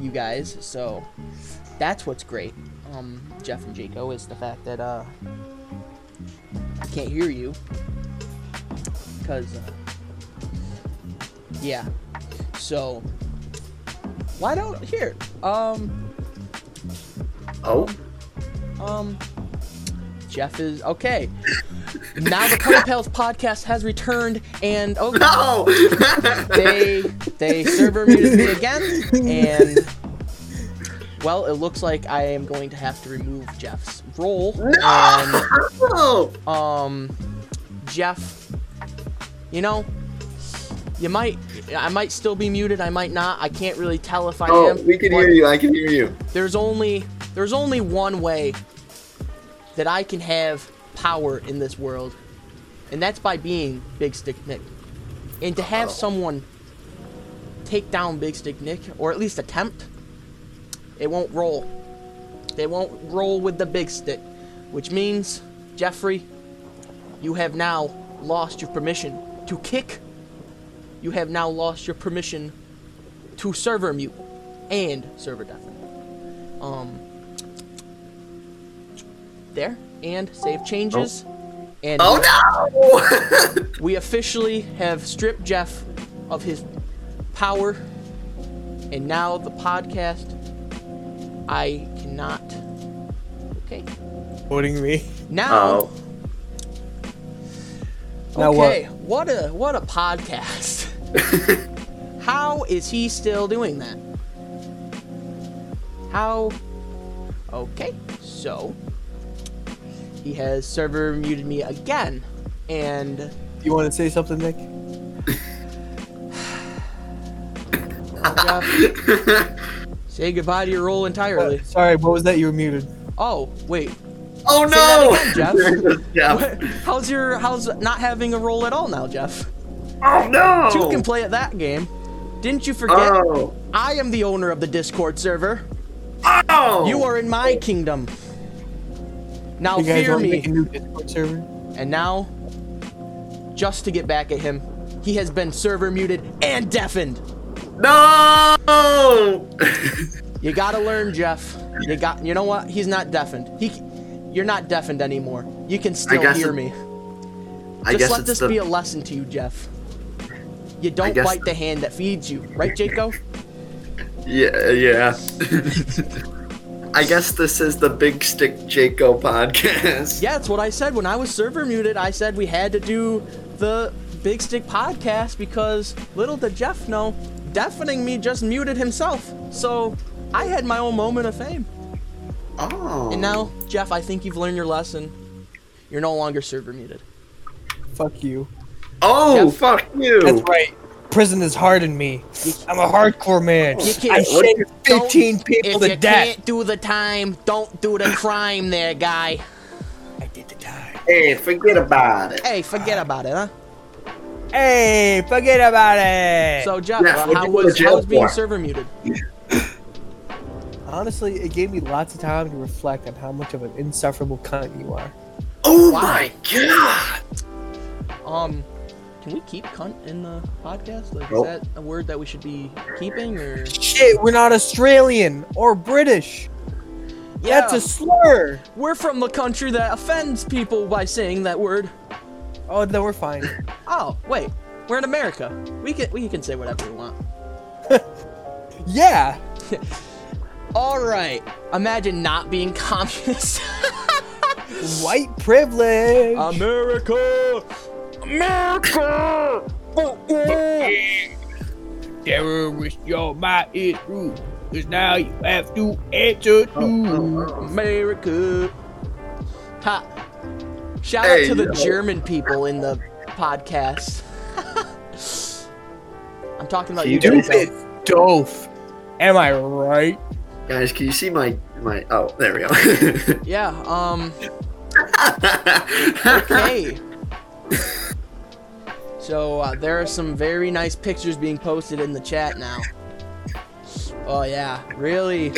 A: you guys. So that's what's great. Um, Jeff and Jaco is the fact that uh, I can't hear you because uh, yeah. So why don't here? Um,
F: Oh,
A: um, Jeff is okay. now the Color Pals podcast has returned, and oh,
F: no!
A: they they server muted me again, and well, it looks like I am going to have to remove Jeff's role. And,
F: no!
A: um, Jeff, you know, you might I might still be muted. I might not. I can't really tell if I
F: Oh,
A: am.
F: we can
A: but-
F: hear you. I can hear you.
A: there's only there's only one way that I can have power in this world, and that's by being Big Stick Nick. And to have someone take down Big Stick Nick, or at least attempt, it won't roll. They won't roll with the big stick, which means, Jeffrey, you have now lost your permission to kick. You have now lost your permission to server mute and server deafen um there and save changes and
F: Oh no!
A: we officially have stripped jeff of his power and now the podcast i cannot okay
D: Voting me.
A: now
F: oh,
D: Now what?
A: okay what? a what a podcast how is he still doing that how okay so he has server muted me again and
D: You want to say something, Nick?
A: Jeff, say goodbye to your role entirely
D: Uh, sorry, what was that? You were muted.
A: oh wait
F: oh
A: that
F: no!
A: again,
F: Yeah.
A: how's your how's not having a role at all now jeff
F: Oh no!
A: two can play at that game didn't you forget
F: oh,
A: i am the owner of the discord server
F: oh!
A: You are in my kingdom. Now
D: you guys
A: fear
D: want to make a
A: me.
D: new Discord server?
A: And now, just to get back at him, he has been server muted and deafened.
F: No!
A: You gotta learn, Jeff. You got. You know what? He's not deafened. He, c- you're not deafened anymore. You can still
F: guess
A: hear
F: it-
A: me.
F: I
A: Just
F: guess
A: let
F: it's
A: this
F: the
A: be a lesson to you, Jeff. You don't
F: guess-
A: bite the hand that feeds you, right, Jaco?
F: yeah yeah. I guess this is the Big Stick Jaco podcast.
A: Yeah, that's what I said when I was server muted. I said we had to do the Big Stick podcast because little did Jeff know, deafening me just muted himself. So I had my own moment of fame.
F: Oh.
A: And now, Jeff, I think you've learned your lesson. You're no longer server muted.
D: Fuck you.
F: Oh
A: Yep.
F: fuck you!
D: That's right. Prison has hardened me. I'm a hardcore man.
A: You can't-
D: I
A: What-
D: shaved 15
A: Don't-
D: people
A: if
D: to
A: you
D: death.
A: can't do the time, don't do the crime there, guy.
D: I did the time.
F: Hey, forget about it.
A: Hey,
F: Ah.
A: forget about it, huh?
D: Hey, forget about it.
A: So, Jeff,
F: Yeah, what'd
A: how,
F: you go to
A: was, how
F: jail
A: was being
F: for?
A: server muted?
D: honestly, it gave me lots of time to reflect on how much of an insufferable cunt you are.
F: Oh
A: Wow.
F: my god!
A: Um, can we keep cunt in the podcast? Like,
F: Nope.
A: is that a word that we should be keeping? Or
D: Shit, we're not Australian or British. That's a slur.
A: we're from the country that offends people by saying that word.
D: Oh, then we're fine.
A: Oh, wait, we're in America. We can we can say whatever we want.
D: Yeah.
A: All right. Imagine not being communist.
D: White privilege.
A: Uh, America, America.
B: Terrorist, your mind is through. Cause now you have to answer
F: Oh,
B: to.
A: America. Ha. Shout
F: Hey,
A: out to the
F: yo.
A: German people in the podcast. I'm talking about you,
F: Stupid.
A: Jacob.
D: Dof. Am I right?
F: Guys, can you see my my? Oh, there we go.
A: Yeah, um, okay. so, uh, there are some very nice pictures being posted in the chat now. Oh, yeah. Really,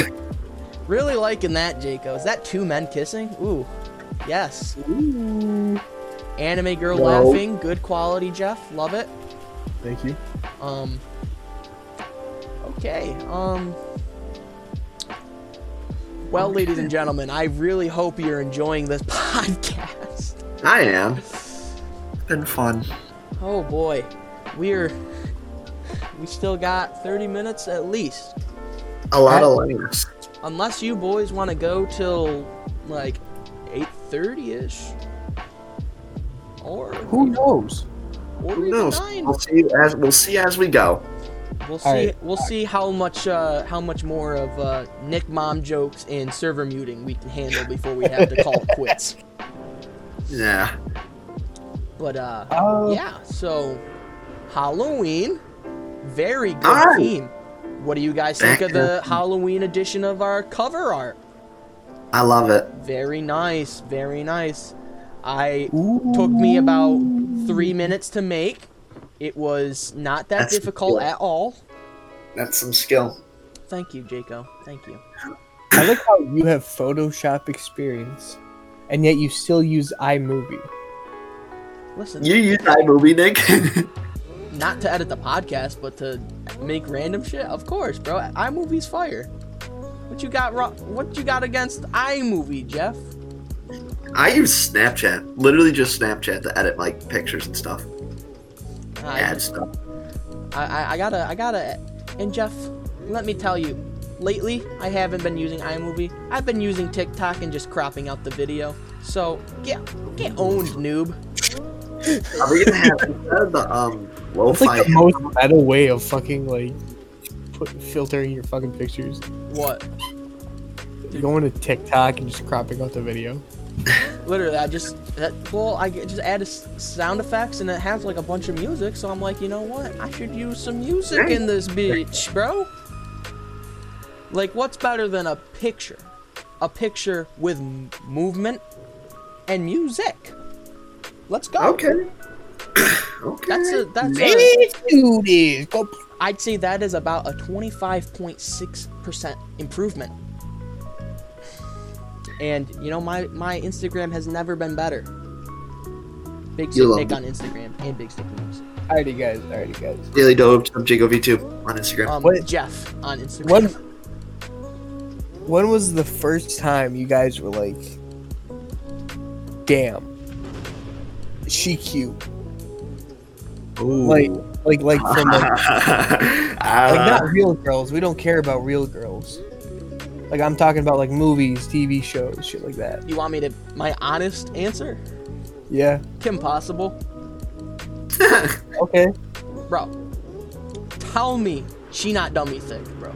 A: really liking that, Jaco. Is that two men kissing? Ooh, yes. Anime girl
F: No.
A: laughing. Good quality, Jeff. Love it.
B: Thank you.
A: Um. Okay. Um. Well, ladies and gentlemen, I really hope you're enjoying this podcast.
F: I am. It's been fun.
A: Oh boy, we're we still got 30 minutes at least,
F: A lot of laughs.
A: unless you boys want to go till like 8:30 ish, or
D: Who knows?
A: or
F: Who
A: even
F: knows?
A: nine.
F: We'll see as we'll see as we go.
A: We'll see.
D: All right.
A: We'll see how much uh, how much more of uh, Nick mom jokes and server muting we can handle before we have to call it quits.
F: Yeah.
A: But uh,
D: Uh,
A: yeah. So Halloween, very good
F: All right.
A: theme. What do you guys think of the Halloween edition of our cover art?
F: I love it.
A: Very nice. Very nice. I
D: Uh,
A: took me about three minutes to make. It was not that
F: That's
A: difficult
F: good.
A: at all.
F: That's some skill.
A: Thank you, Jaco. Thank you.
D: I like how you have Photoshop experience, and yet you still use iMovie.
A: Listen.
F: You use iMovie, Nick.
A: not to edit the podcast, but to make random shit. Of course, bro. iMovie's fire. What you got wrong? What you got against iMovie, Jeff?
F: I use Snapchat. Literally just Snapchat to edit like pictures and stuff.
A: I,
F: Add stuff.
A: I, I, I gotta, I gotta. And Jeff, let me tell you, lately I haven't been using iMovie. I've been using TikTok and just cropping out the video. So get, get owned, noob.
F: Are we gonna have instead of the um
B: That's
F: lo-fi?
B: like the most meta way of fucking like put, filtering your fucking pictures.
A: What?
B: Going to TikTok and just cropping out the video.
A: Literally, I just that. Well, I get- just added s- sound effects and it has like a bunch of music. So I'm like, you know what? I should use some music in this bitch, bro. Like, what's better than a picture? A picture with m- movement and music. Let's go.
F: okay. okay.
A: That's a that's a.
D: Attitude. Go
A: I'd say that is about a 25.6% improvement. And you know my my Instagram has never been better. Big
F: You
A: Stick
F: love
A: Nick
F: it.
A: on Instagram and Big Stick News.
D: Alrighty, guys. Alrighty, guys.
F: Daily Dope Jump Jiggle V2 on Instagram.
A: Um,
D: What-
A: Jeff on Instagram.
D: When, when was the first time you guys were like, damn, she cute?
A: Oh.
D: Like, like, like from like, like
F: Uh,
D: not real girls. We don't care about real girls. Like I'm talking about like movies, TV shows, shit like that.
A: You want me to my honest answer?
D: Yeah.
A: Kim Possible,
D: Okay.
A: bro. Tell me she not dummy thick, bro.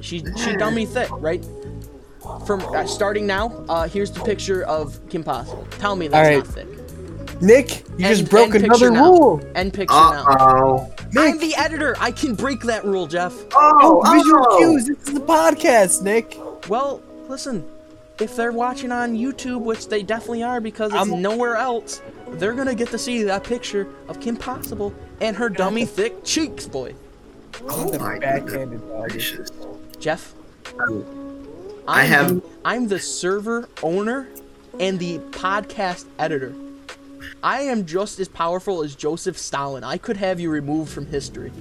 A: She she dummy thick, right? From uh, starting now, uh, here's the picture of Kim Possible. Tell me that's
D: Alright.
A: not thick.
D: Nick, you
A: End-
D: just broke
A: end picture
D: another
A: now.
D: rule.
A: End picture
F: Uh,
A: now.
F: Uh-oh.
A: I'm the editor. I can break that rule, Jeff.
F: Oh,
D: Oh, visual
F: oh.
D: cues. This is the podcast, Nick.
A: Well, listen, if they're watching on YouTube, which they definitely are because it's
D: I'm-
A: nowhere else, they're gonna get to see that picture of Kim Possible and her dummy thick cheeks, boy.
F: Oh my goodness
D: Backhanded dog.
F: gracious.
A: Jeff,
F: Um,
A: I'm
F: I have-
A: the- I'm the server owner and the podcast editor. I am just as powerful as Joseph Stalin. I could have you removed from history.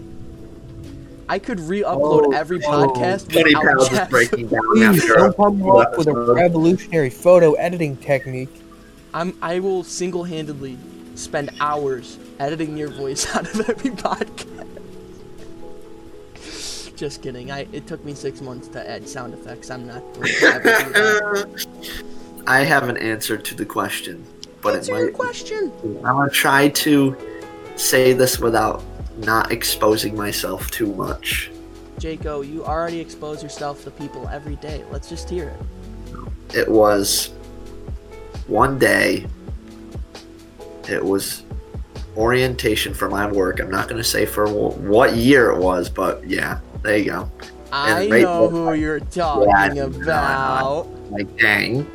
A: I could re-upload every podcast
F: Oh. Twenty
A: without
F: pounds is
A: Jeff.
F: breaking down
D: Please
F: after.
D: don't come
F: few
D: up with a
F: episodes.
D: revolutionary photo editing technique.
A: I'm I will single-handedly spend hours editing your voice out of every podcast. Just kidding. I it took me six months to add sound effects. I'm not. doing everything right.
F: I have an answer to the question, but
A: Answer your
F: it might.
A: question.
F: I'm gonna try to say this without not exposing myself too much.
A: Jaco, you already expose yourself to people every day. Let's just hear it.
F: It was one day. It was orientation for my work. I'm not gonna say for wh- what year it was, but yeah, there you go.
A: I
F: right
A: know
F: now-
A: who you're talking
F: Yeah, I know.
A: about.
F: Like dang,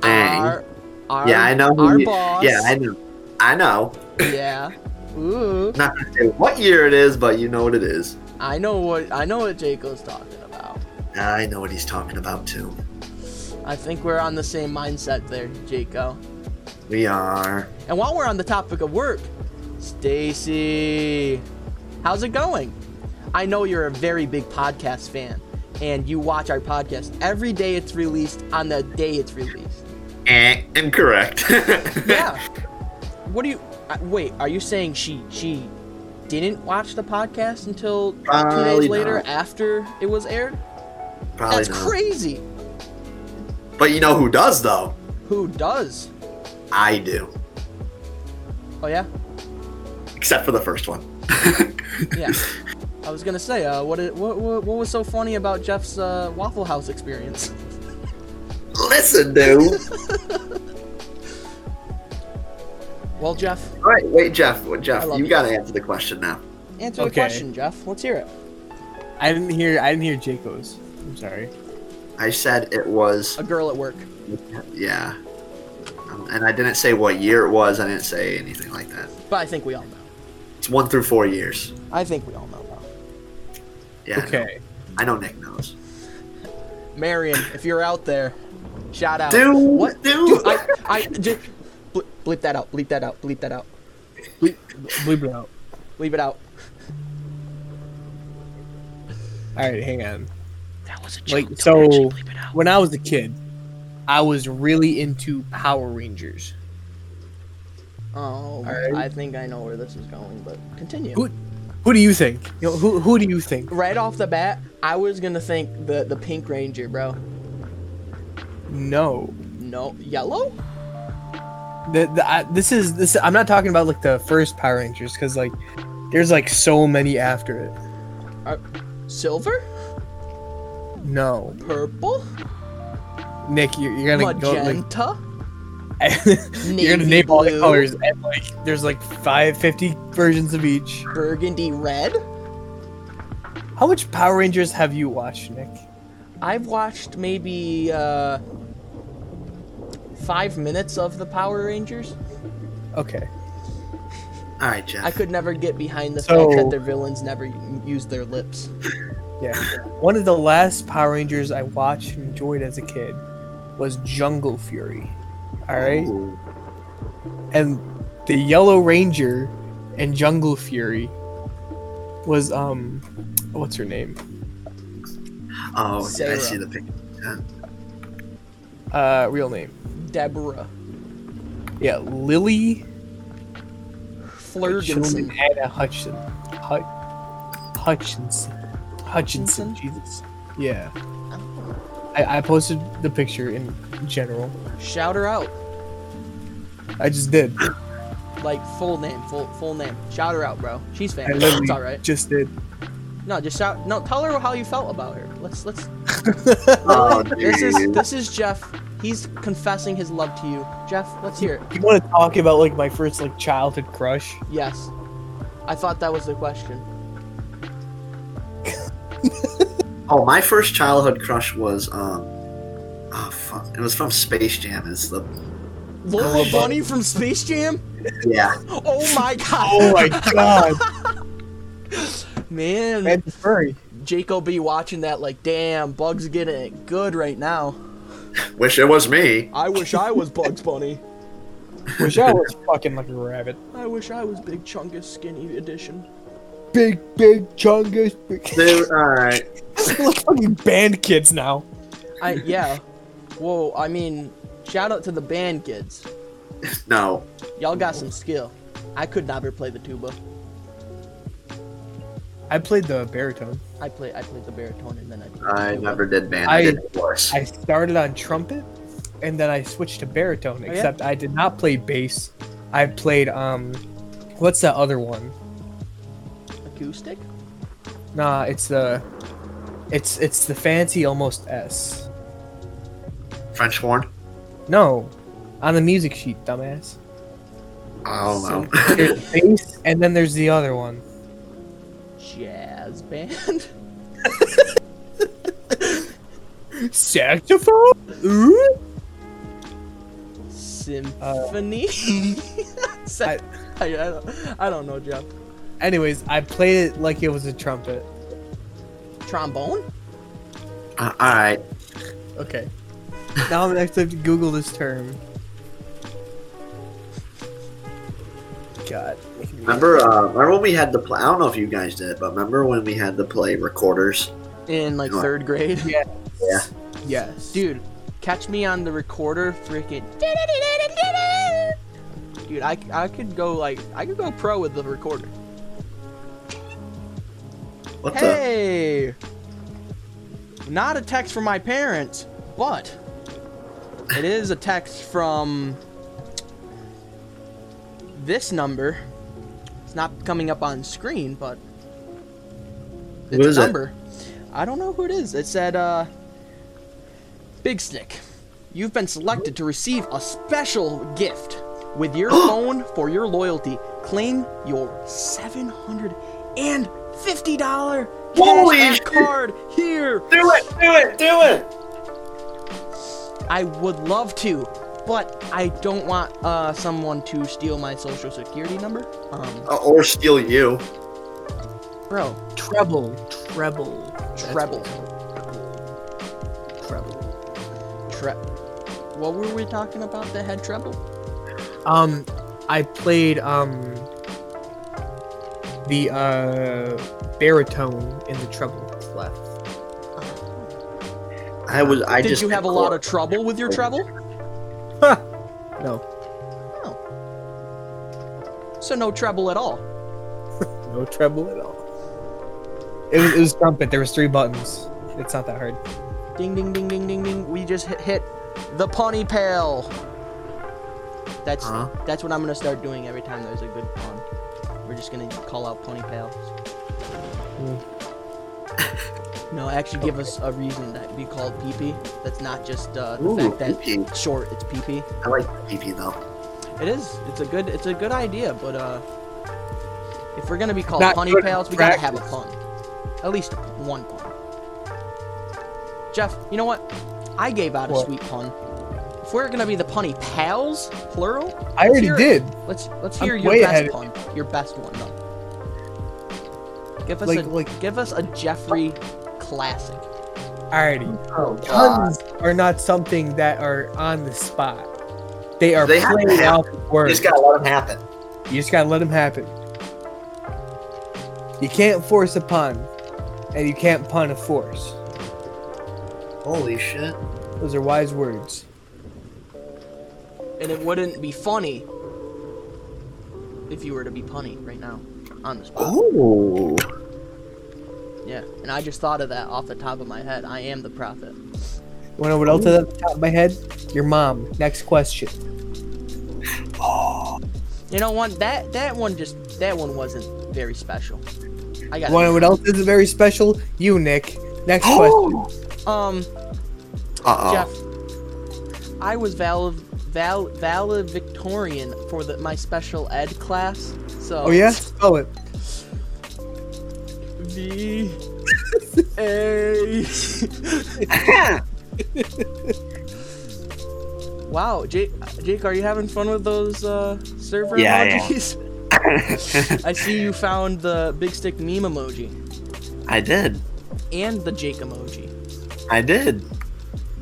F: dang.
A: Our, our,
F: yeah, I know. who
A: Our
F: you-
A: boss.
F: Yeah, I know. I know.
A: yeah. Ooh.
F: Not gonna say what year it is, but you know what it is.
A: I know what I know what Jaco's talking about.
F: I know what he's talking about too.
A: I think we're on the same mindset there, Jaco.
F: We are.
A: And while we're on the topic of work, Stacy, how's it going? I know you're a very big podcast fan and you watch our podcast every day it's released on the day it's released.
F: Eh, incorrect.
A: Yeah. what do you uh, Wait, are you saying she she didn't watch the podcast until 2
F: Probably
A: days later
F: not.
A: after it was aired?
F: Probably
A: That's
F: not.
A: crazy.
F: But you know who does though?
A: Who does?
F: I do.
A: Oh yeah.
F: Except for the first one.
A: yeah. I was gonna say, uh, what, it- what what what was so funny about Jeff's uh, Waffle House experience?
F: Listen, dude.
A: Well, Jeff,
F: All right, wait, Jeff. Wait,
A: I
F: Jeff,
A: love
F: you
A: you.
F: gotta answer the question now.
A: answer the
B: Okay.
A: question, Jeff. Let's hear it.
B: I didn't hear. I didn't hear Jacob's. I'm sorry.
F: I said it was,
A: A girl at work.
F: yeah. Um, and I didn't say what year it was. I didn't say anything like that.
A: But I think we all know.
F: It's one through four years.
A: I think we all know. now.
F: Yeah. I know.
B: Okay.
F: I know Nick knows.
A: Marion, if you're out there, shout out.
F: Dude,
A: Uh, what?
F: dude.
A: I, I just ble- bleep that out. Bleep that out. Bleep that out.
B: Bleep, bleep it out.
A: Leave it out.
B: All right, hang on.
A: That was a
B: Like, so when I was a kid, I was really into Power Rangers.
A: Oh,
B: Alright.
A: I think I know where this is going, but continue.
B: Who- Who do you think? You know, who who do you think?
A: Right off the bat, I was gonna think the the Pink Ranger, bro.
B: No.
A: No, yellow.
B: The, the, I, this is this. I'm not talking about like the first Power Rangers because like there's like so many after it.
A: Silver?
B: No,
A: Purple?
B: Nick, you're, you're gonna
A: Magenta?
B: go like you're gonna
A: navy
B: name all the
A: blue,
B: colors and like there's like five fifty versions of each.
A: Burgundy red?
B: How much Power Rangers have you watched, Nick?
A: I've watched maybe uh, five minutes of the Power Rangers.
B: Okay.
F: All right, Jeff.
A: I could never get behind the
B: So-
A: fact that their villains never u- use their lips.
B: Yeah. One of the last Power Rangers I watched and enjoyed as a kid was Jungle Fury. All right.
F: Ooh.
B: And the Yellow Ranger and Jungle Fury was um what's her name?
F: Oh, I
A: Sarah.
F: see the picture.
B: Uh real name.
A: Deborah
B: Yeah, Lily
A: Flurgenson.
B: Anna Hutchinson. Hut- Hutchinson. Hutchinson.
A: Hutchinson?
B: Jesus. Yeah. I, I posted the picture in general.
A: Shout her out.
B: I just did.
A: Like full name, full full name. Shout her out, bro. She's
B: I
A: famous.
B: literally
A: It's all right.
B: just did.
A: No, just shout. No, tell her how you felt about her. Let's let's.
F: Oh,
A: This is
F: dude.
A: this is Jeff. He's confessing his love to you, Jeff. Let's hear it.
B: You want to talk about like my first like childhood crush?
A: Yes. I thought that was the question.
F: Oh, my first childhood crush was um, oh fuck, it was from Space Jam. It's the
A: Laura Bunny from Space Jam?
F: yeah,
A: Oh my god.
B: Oh my god,
A: Man,
B: man, the furry.
A: Jake will be watching that like, damn, Bugs getting it good right now.
F: wish it was me.
A: I wish I was Bugs Bunny.
B: Wish I was fucking like a rabbit.
A: I wish I was Big Chungus Skinny Edition.
B: Big, big chungus. Big...
F: Dude, all right,
B: Look fucking band kids now.
A: I yeah. Whoa, I mean, shout out to the band kids.
F: no,
A: Y'all got some skill. I could never play the tuba.
B: I played the baritone.
A: I play I played the baritone and then I played the
F: I
A: tuba.
F: never did band.
B: I-
F: I did chorus.
B: I started on trumpet, and then I switched to baritone.
A: yeah?
B: Except I did not play bass. I played um, what's that other one?
A: acoustic?
B: Nah, it's the, it's it's the fancy almost S.
F: French horn.
B: No, on the music sheet, dumbass.
F: I don't know.
B: There's bass, and then there's the other one.
A: Jazz band?
B: Saxophone? Ooh.
A: Symphony? Sa-
B: I-
A: I, I, don't, I don't know, Jeff.
B: Anyways, I played it like it was a trumpet.
A: Trombone?
F: Uh, all right,
B: Okay. Now I'm gonna have to Google this term. God. making me-
F: remember, uh, remember when we had to play? I don't know if you guys did, but remember when we had to play recorders?
A: In like
F: Sure.
A: third grade?
F: Yeah,
B: Yes. Dude,
A: Dude, catch me on the recorder, freaking. Dude, I, I could go like I could go pro with the recorder.
F: what the?
A: Hey, not a text from my parents, but it is a text from this number. It's not coming up on screen, but it's
F: Who is
A: a
F: it?
A: number. I don't know who it is. It said, uh, Big Stick, you've been selected to receive a special gift. With your phone for your loyalty, claim your $750
F: Holy
A: cash app
F: shit.
A: card here.
F: Do it! Do it! Do it!
A: I would love to, but I don't want uh, someone to steal my social security number. Um,
F: Uh, or steal you?
A: bro,
B: treble. Treble. That's
A: treble.
B: Treble.
A: Tre- what were we talking about that had treble?
B: Um, I played, um, the, uh, baritone in the treble clef.
F: I was. I
A: Did
F: just
A: you have a lot of trouble with your treble?
B: No.
A: So no treble at all.
B: No treble at all. It was, it was trumpet. There was three buttons. It's not that hard.
A: Ding ding ding ding ding ding. We just hit, hit the pony pail. That's
F: Huh?
A: that's what I'm gonna start doing every time there's a good pun. We're just gonna call out pony pail. no, actually, give us a reason that we call it PP. That's not just uh, the
F: Ooh,
A: fact that
F: PP.
A: it's short. It's PP.
F: I like PP though.
A: It is. It's a good. It's a good idea. But uh, if we're gonna be called
B: Not
A: pony
B: good
A: pals, we gotta have a
B: practice.
A: pun. At least one pun. Jeff, you know what? I gave out a
B: What?
A: sweet pun. If we're gonna be the punny pals, plural.
B: I already
A: Sure.
B: did.
A: Let's let's
B: I'm
A: hear your
B: way ahead
A: best
B: of
A: pun. Your best one. though. Give us
B: Like-
A: a
B: like-
A: give us a Jeffrey classic.
B: Alrighty.
F: Oh
B: Puns are not something that are on the spot. They are
F: They have to
B: played
F: happen.
B: out
F: You
B: words.
F: just gotta let them happen.
D: You just gotta let them happen. You can't force a pun, and you can't pun a force.
F: Holy shit.
D: Those are wise words.
A: And it wouldn't be funny if you were to be punny right now on the spot.
F: Oh.
A: Yeah. And I just thought of that off the top of my head. I am the prophet.
D: You wanna know what else is at the top of my head? Your mom. Next question.
A: You know what? That that one just that one wasn't very special. I got
D: You wanna know what else is very special? You, Nick. Next question.
F: Oh.
A: um
F: Uh
D: oh.
A: Jeff. I was val val valedictorian for the my special ed class. So
D: Oh yeah? Spell it.
A: V A.
F: oh.
A: Wow, Jake, Jake, are you having fun with those uh, server
F: Yeah, I am.
A: emojis? I see you found the big stick meme emoji
F: I did.
A: and the Jake emoji.
F: I did.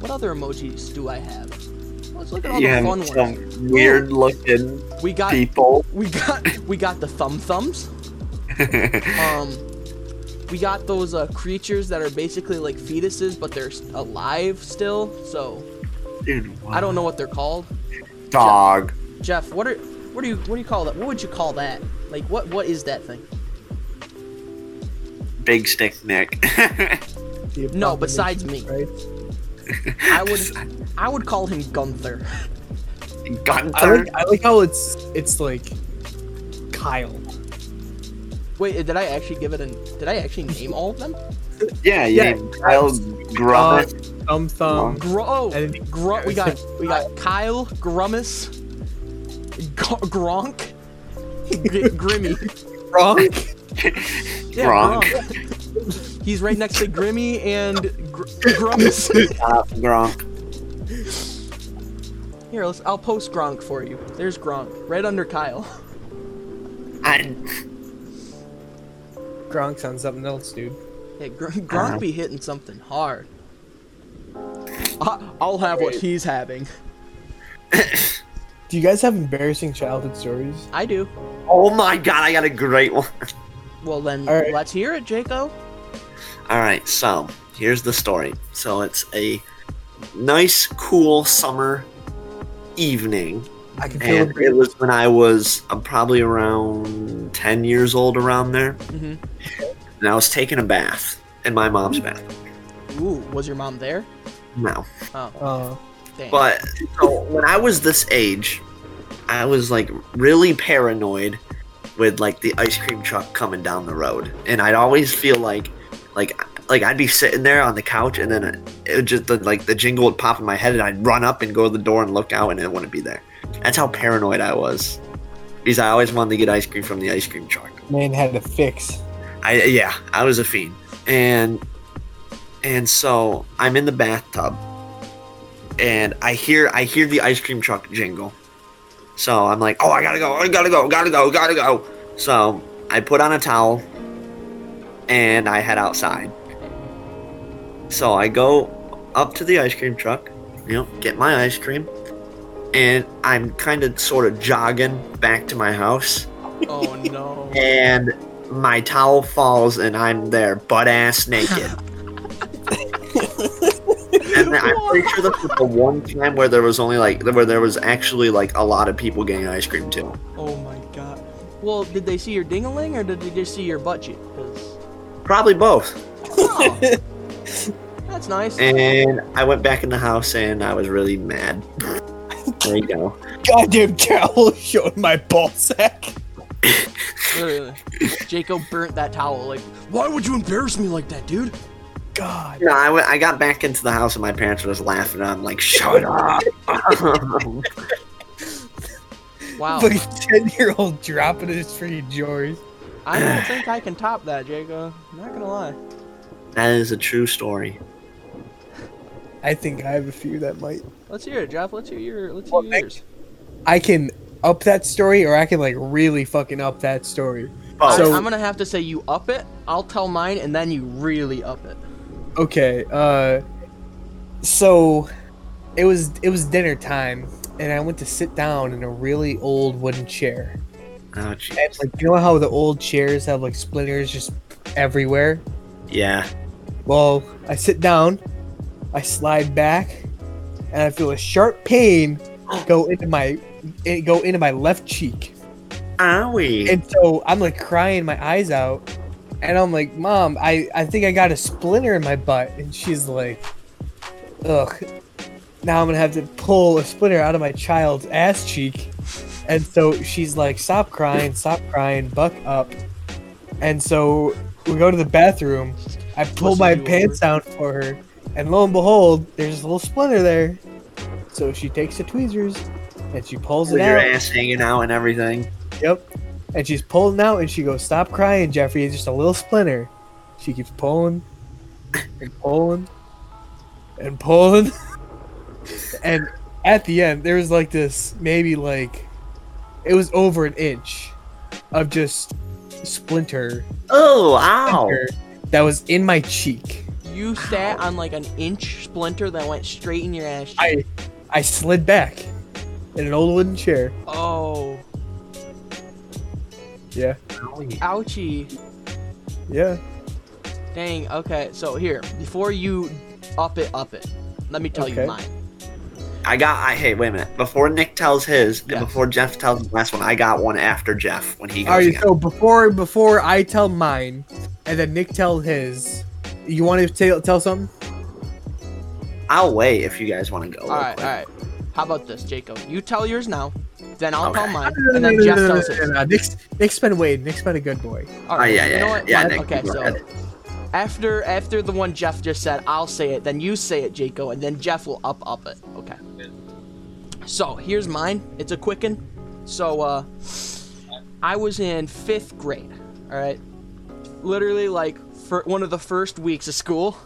A: What other emojis do I have? Let's look at all
F: You
A: the fun
F: have
A: ones.
F: some weird looking
A: We got,
F: people.
A: we got, we got the thumb thumbs. Um, we got those uh, creatures that are basically like fetuses, but they're s- alive still. So
F: Dude,
A: I don't know what they're called.
F: Dog.
A: Jeff, what are, what do you, what do you call that? What would you call that? Like, what, what is that thing?
F: Big stick Nick.
D: The
A: No, besides me.
D: Right?
A: I would I would call him Gunther.
D: I
F: Gunther.
D: like, I like how it's it's like Kyle.
A: Wait, did I actually give it an did I actually name all of them?
F: Yeah, you
D: yeah.
F: named Kyle
D: Uh,
F: Grummet.
D: thumb thumb.
A: Gro oh,
D: And then-
A: Gro- we got we got Kyle, Grummus, G- Gronk, G- Grimmy.
D: Wrong.
A: Yeah,
F: Gronk.
A: Gronk. He's right next to Grimmy and Gr- Grummus.
F: Top Gronk.
A: Here, let's, I'll post Gronk for you. There's Gronk, right under Kyle.
F: I,
D: Gronk's on something else, dude.
A: Yeah, Gr- Gronk be hitting something hard. I- I'll have what he's having.
D: Do you guys have embarrassing childhood stories?
A: I do.
F: oh my god, I got a great one.
A: Well then,
D: All right.
A: let's hear it, Jaco.
F: All right, so here's the story. So it's a nice, cool summer evening,
D: I can feel
F: and
D: it.
F: it was when I was I'm probably around ten years old, around there,
A: Mhm.
F: and I was taking a bath in my mom's bath.
A: Ooh, was your mom there?
F: No,
A: Oh,
D: Uh,
A: dang.
F: but so when I was this age, I was like really paranoid with like the ice cream truck coming down the road, and I'd always feel like, like, like I'd be sitting there on the couch, and then it, it would just the, like the jingle would pop in my head, and I'd run up and go to the door and look out, and it wouldn't be there. That's how paranoid I was, because I always wanted to get ice cream from the ice cream truck.
D: man had a fix.
F: I yeah, I was a fiend, and and so I'm in the bathtub, and I hear I hear the ice cream truck jingle, so I'm like, oh, I gotta go, I gotta go, gotta go, gotta go. So I put on a towel, and I head outside. So I go up to the ice cream truck, you know, get my ice cream, and I'm kind of sort of jogging back to my house
A: oh no.
F: and my towel falls and I'm there butt ass naked. and then I'm pretty sure this was the one time where there was only like where there was actually like a lot of people getting ice cream too.
A: Oh my god. Well, did they see your dingaling or did they just see your butt cheek? 'Cause-
F: Probably both.
A: Oh. That's nice.
D: Eh.
F: And I went back in the house and I was really mad. There you go.
D: Goddamn towel showing my ball sack.
A: Literally. Jaco burnt that towel. Like, why would you embarrass me like that, dude?
D: God.
F: No, I went- I got back into the house and my parents were just laughing. I'm like, shut up.
A: Wow.
D: Fucking 10 year old dropping his freaking drawers.
A: I don't think I can top that, Jaco. Not gonna lie.
F: that is a true story.
D: I think I have a few that might.
A: Let's hear it, Jeff. Let's hear your. Let's hear
D: Well, thank
A: yours.
D: I can up that story or I can like really fucking up that story.
F: Oh,
D: So-
A: I, I'm gonna have to say you up it. I'll tell mine, and then you really up it.
D: Okay, uh so it was it was dinner time and I went to sit down in a really old wooden chair.
F: Oh, gee.
B: It's like you know how the old chairs have like splinters just everywhere.
F: Yeah.
B: Well, I sit down, I slide back, and I feel a sharp pain go into my it go into my left cheek.
F: Owie.
B: And so I'm like crying my eyes out. And I'm like, Mom, I, I think I got a splinter in my butt. And she's like, Ugh. Now I'm gonna have to pull a splinter out of my child's ass cheek. And so she's like, Stop crying, stop crying, buck up. And so we go to the bathroom. I pull
A: Listen
B: my
A: to you,
B: pants down for her. And lo and behold, there's a little splinter there. So she takes the tweezers and she pulls
F: With
B: it
F: your
B: out.
F: ass hanging out and everything.
B: Yep. And she's pulling out and she goes, Stop crying, Jeffrey. It's just a little splinter. She keeps pulling and pulling and pulling. and at the end, there was like this maybe like it was over an inch of just splinter,
F: Oh, ow.
B: splinter that was in my cheek.
A: You sat on like an inch splinter that went straight in your ass. cheek.
B: I I slid back in an old wooden chair.
A: oh,
B: Yeah.
A: ouchie.
B: Yeah.
A: Dang. Okay. So here, before you up it, up it. Let me tell
B: Okay.
A: you mine.
F: I got. I hey, wait a minute. Before Nick tells his,
A: Yeah.
F: and before Jeff tells the last one, I got one after Jeff when he goes.
B: All right,
F: again.
B: so before before I tell mine, and then Nick tells his, you want to tell tell something?
F: I'll wait if you guys want to go.
A: All
F: real
A: right.
F: quick.
A: All right. How about this, Jacob? You tell yours now. Then I'll
F: Okay.
A: tell mine, and then Jeff tells his.
B: Nah, Nick's, Nick's been waiting. Nick's been a good boy.
A: All
F: Oh, yeah, yeah,
A: you know
F: yeah,
A: what?
F: yeah,
A: Fine,
F: Nick,
A: okay,
F: go
A: so
F: ahead.
A: after after the one Jeff just said, I'll say it. Then you say it, Jaco, and then Jeff will up up it. Okay. So here's mine. It's a quicken. So uh, I was in fifth grade. All right, literally like for one of the first weeks of school,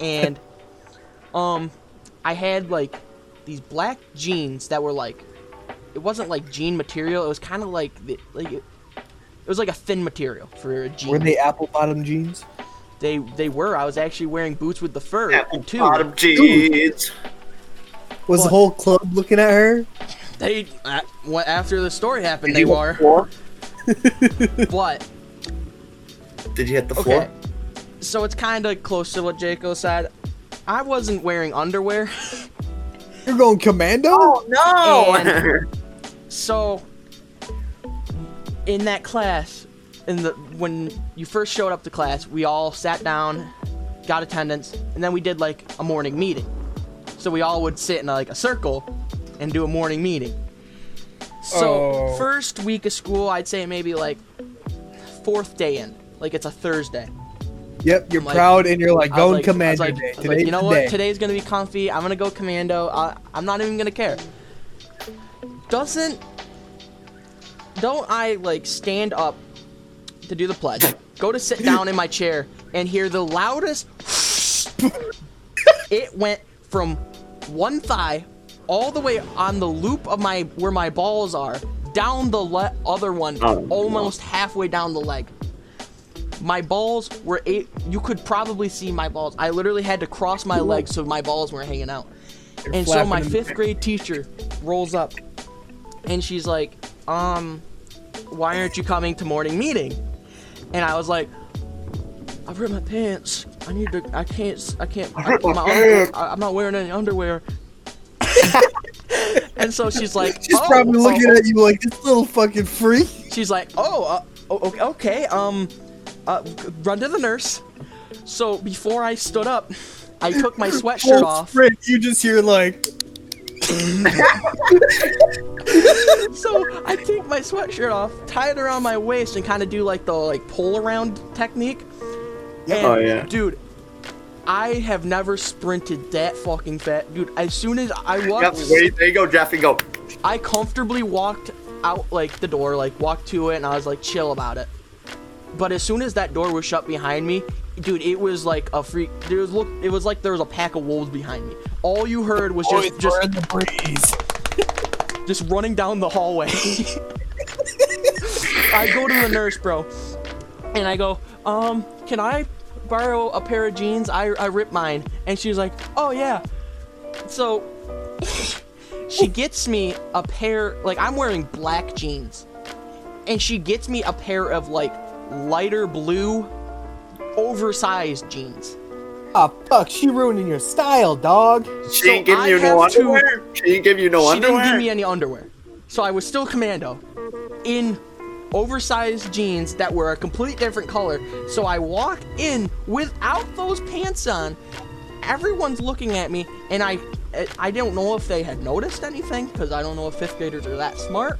A: and um, I had like these black jeans that were like, it wasn't like jean material. It was kind of like the like. It, it was like a thin material for a jean.
B: Were they apple bottom jeans?
A: They they were. I was actually wearing boots with the fur
F: Apple
A: too.
F: bottom jeans.
B: Was the
A: What?
B: whole club looking at her?
A: They uh, what after the story happened, they
F: you
A: were.
F: hit the floor?
A: But
F: Did you hit the
A: okay,
F: floor?
A: so it's kind of close to what Jaco said. I wasn't wearing underwear,
B: You're going commando?
A: Oh. and
F: Oh.
A: so in that class, in the when you first showed up to class, we all sat down, got attendance, and then we did like a morning meeting. So we all would sit in like a circle and do a morning meeting. So
B: Oh.
A: first week of school, I'd say maybe like fourth day in, like it's a Thursday.
B: Yep, you're
A: I'm like-
B: proud and you're like
A: I was
B: going
A: like- I was
B: commando
A: like-
B: day.
A: I was
B: Today,
A: like, you know
B: today.
A: what? Today's gonna be comfy. I'm gonna go commando. I, I'm not even gonna care. Doesn't don't I like stand up to do the pledge? Go to sit down in my chair and hear the loudest. it went from one thigh all the way on the loop of my where my balls are down the le- other one
F: Oh,
A: almost halfway down the leg my balls were eight you could probably see my balls i literally had to cross my legs so my balls were hanging out and so
B: flapping
A: my
B: in the
A: fifth
B: wind.
A: grade teacher rolls up and she's like um why aren't you coming to morning meeting and i was like i ripped my pants i need to i can't s- i can't I,
F: ripped my
A: my underwear,
F: pants."
A: I, i'm not wearing any underwear and so she's like
B: She's
A: "Oh,
B: probably looking
A: oh,
B: at you like this little fucking freak.
A: she's like, "Oh, uh, o- o- okay, um, uh, g- run to the nurse." So before I stood up, I took my sweatshirt
B: Full
A: off.
B: sprint. You just hear like
A: So I take my sweatshirt off, tie it around my waist, and kind of do like the like pull around technique. And,
F: Oh, yeah.
A: dude. I have never sprinted that fucking fat, dude. As soon as I
F: Yep,
A: walked,
F: wait, there you go, Jeff. You go.
A: I comfortably walked out like the door, like walked to it, and I was like chill about it. But as soon as that door was shut behind me, dude, it was like a freak. There was look, it was like there was a pack of wolves behind me. All you heard was just just
B: the breeze.
A: just running down the hallway. I go to the nurse, bro, and I go, um, can I borrow a pair of jeans? I, I ripped mine. And she's like, oh, yeah. So she gets me a pair, like, I'm wearing black jeans. and she gets me a pair of like lighter blue, oversized jeans.
D: Ah, fuck, she ruining your style, dog.
F: She ain't
A: So
F: giving
A: I
F: you no
A: have to-
F: underwear. She ain't giving you no
A: she
F: underwear.
A: didn't give me any underwear. So I was still commando in oversized jeans that were a complete different color. So I walk in without those pants on. Everyone's looking at me and I I don't know if they had noticed anything cuz I don't know if 5th graders are that smart.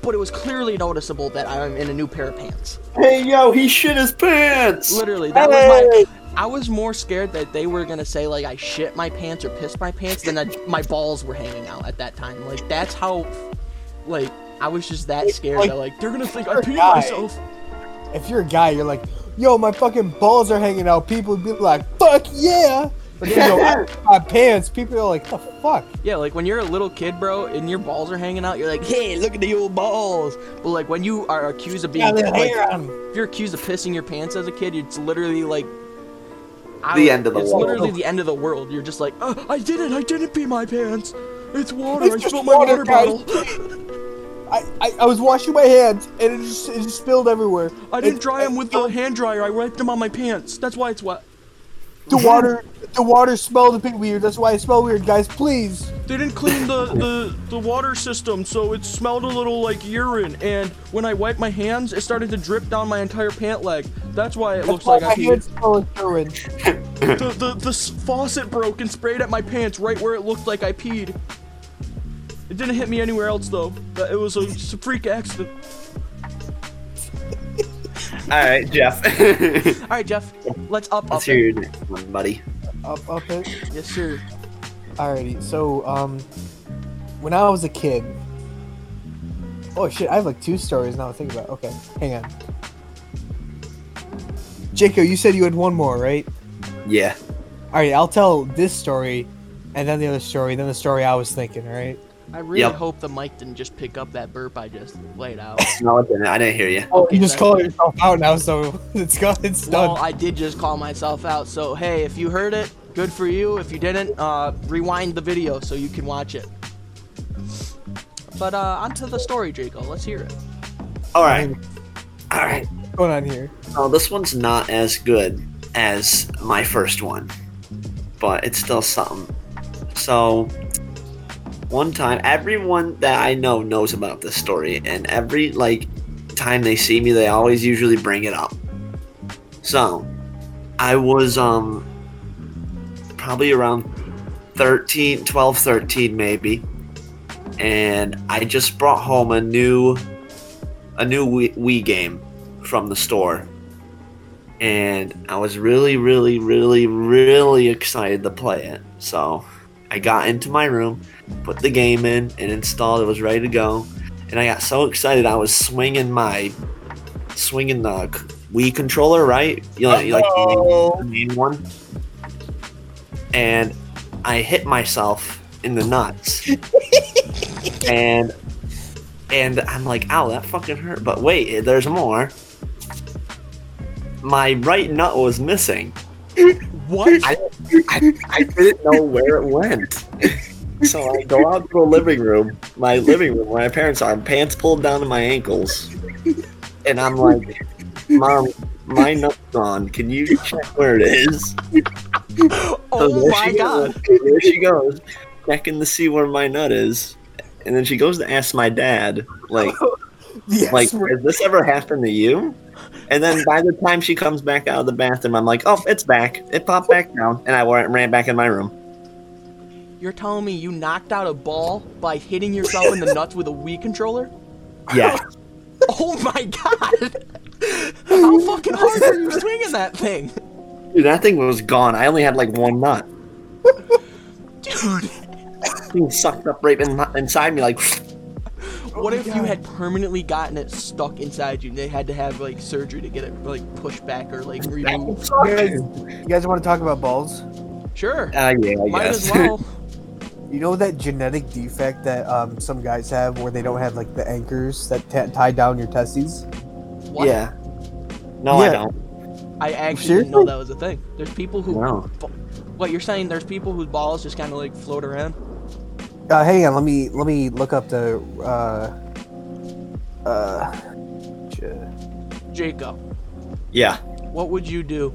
A: But it was clearly noticeable that I'm in a new pair of pants.
F: Hey yo, he shit his pants.
A: Literally, that was my I was more scared that they were gonna say like I shit my pants or pissed my pants than that my balls were hanging out at that time. Like that's how, like I was just that scared that like they're gonna think I peed
D: guy.
A: myself.
D: If you're a guy, you're like, yo, my fucking balls are hanging out. People would be like, fuck yeah. But then you go, "Ah, my pants. People are like, the fuck?
A: Yeah, like when you're a little kid, bro, and your balls are hanging out, you're like, hey, look at the old balls. But like when you are accused of being,
D: Got their
A: like,
D: hair on 'em.
A: if you're accused of pissing your pants as a kid, it's literally like. I
F: The
A: don't-
F: end of the
A: it's
F: world.
A: literally the end of the world. You're just like, oh, I did it. I didn't pee my pants. It's water.
D: It's
A: I
D: just
A: spilled my
D: water,
A: water
D: guys.
A: bottle.
D: I, I, I was washing my hands and it just, it just spilled everywhere.
A: I didn't
D: It- Oh.
A: dry them with the hand dryer. I wiped them on my pants. That's why it's wet.
D: The water the water smelled a bit weird. That's why it smelled weird, guys. Please.
A: They didn't clean the, the, the water system, so it smelled a little like urine. And when I wiped my hands, it started to drip down my entire pant leg. That's why it looks
D: Why
A: like I
D: my hands
A: peed.
D: smell like urine.
A: The, the, the s- faucet broke and sprayed at my pants right where it looked like I peed. It didn't hit me anywhere else, though. That- It was a s- freak accident.
F: All right, Jeff. Let's
A: All right, Jeff, let's up up.
F: hear your next one, buddy.
D: Up, up it.
A: Yes, sir.
D: Alrighty, so um, when I was a kid, oh shit, I have like two stories now. to Think about it. okay, hang on. Jaco, you said you had one more, right?
F: Yeah.
D: Alright, I'll tell this story, and then the other story, then the story I was thinking. All right.
A: I really
F: Yep.
A: hope the mic didn't just pick up that burp I just laid out.
F: No, I didn't. I didn't hear you.
D: Oh, you
A: Okay,
D: just
A: that-
D: call yourself out now, so it's gone. It's
A: Well,
D: done.
A: I did just call myself out. So hey, if you heard it, good for you. If you didn't, uh, rewind the video so you can watch it. But uh, onto the story, Draco. Let's hear it.
F: All right. All right.
D: What's going on here?
F: Oh, this one's not as good as my first one, but it's still something. So, one time, everyone that I know knows about this story, and every like time they see me, they always usually bring it up. So, I was um probably around 13, 12, 13 maybe, and I just brought home a new a new Wii, Wii game from the store. And I was really, really, really, really excited to play it. So I got into my room, put the game in, and installed. It was ready to go. And I got so excited, I was swinging my, swinging the c- Wii controller, right? You know, you like the main one. And I hit myself in the nuts. and and I'm like, ow, that fucking hurt. But wait, there's more. My right nut was missing.
A: What?
F: I, I, I didn't know where it went. So I go out to the living room, my living room where my parents are, pants pulled down to my ankles. And I'm like, Mom, my nut's gone. Can you check where it is? So
A: oh
F: there
A: my
F: she
A: God!
F: Goes. There she goes, checking to see where my nut is. And then she goes to ask my dad, like,
D: Yes,
F: like,
D: we're-
F: has this ever happened to you? And then by the time she comes back out of the bathroom, I'm like, oh, it's back. It popped back down. And I wa- ran back in my room.
A: You're telling me you knocked out a ball by hitting yourself in the nuts with a Wii controller?
F: Yeah.
A: Oh my God! How fucking hard were you swinging that thing,
F: Dude, that thing was gone. I only had like one nut.
A: dude?
F: It sucked up right in my, inside me. Like, Oh
A: What if you had permanently gotten it stuck inside you and they had to have like surgery to get it like pushed back or like removed?
D: you guys, you guys want to talk about balls?
A: Sure.
F: ah, Uh, yeah, I
A: Might
F: guess.
A: as well.
D: You know that genetic defect that um, some guys have, where they don't have like the anchors that ta tie down your testes.
A: What?
F: Yeah. No, I
D: Yeah.
F: don't.
A: I actually
D: Seriously?
A: didn't know that was a thing. There's people who.
F: No.
A: What you're saying? There's people whose balls just kind of like float around.
D: Uh, hang on, let me let me look up the uh, Uh, shit.
A: Jacob,
F: Yeah.
A: what would you do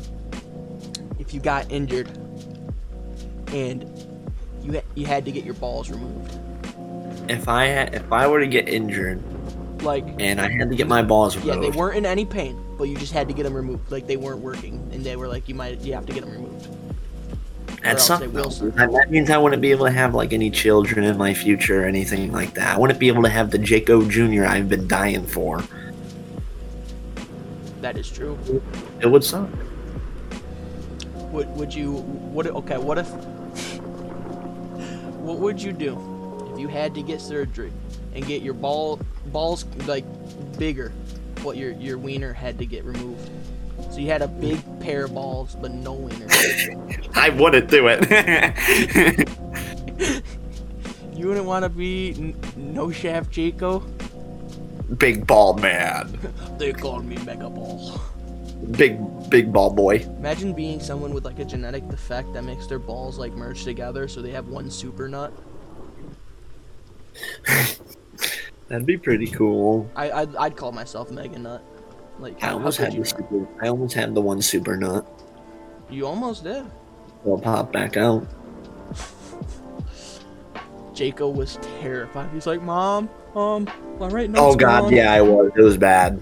A: if you got injured and you ha- you had to get your balls removed?
F: If I had, if I were to get injured
A: Like,
F: and I had to get my balls
A: yeah,
F: removed,
A: they weren't in any pain, but you just had to get them removed. Like they weren't working, and they were like, you might you have to get them removed. or
F: at
A: else
F: some
A: they will
F: and that means I wouldn't be able to have like any children in my future or anything like that. I wouldn't be able to have the Jaco Jr. I've been dying for.
A: That is true.
F: It would suck.
A: Would would you what? Okay, what if? What would you do if you had to get surgery and get your ball balls like bigger? What your your wiener had to get removed? So you had a big pair of balls, but no wiener.
F: I wouldn't do it.
A: You wouldn't want to be n- no shaft Jaco.
F: big ball man.
A: They called me Mega Ball.
F: Big big ball boy.
A: Imagine being someone with like a genetic defect that makes their balls like merge together, so they have one super nut.
F: That'd be pretty cool.
A: I I'd, I'd call myself Mega Nut. Like how,
F: I
A: how
F: almost
A: could
F: had
A: you?
F: the super, I almost had the one super nut.
A: You almost did.
F: It'll pop back out.
A: Jaco was terrified. He's like, Mom, um, my right nut's
F: Oh god,
A: gone."
F: yeah, I was. It was bad.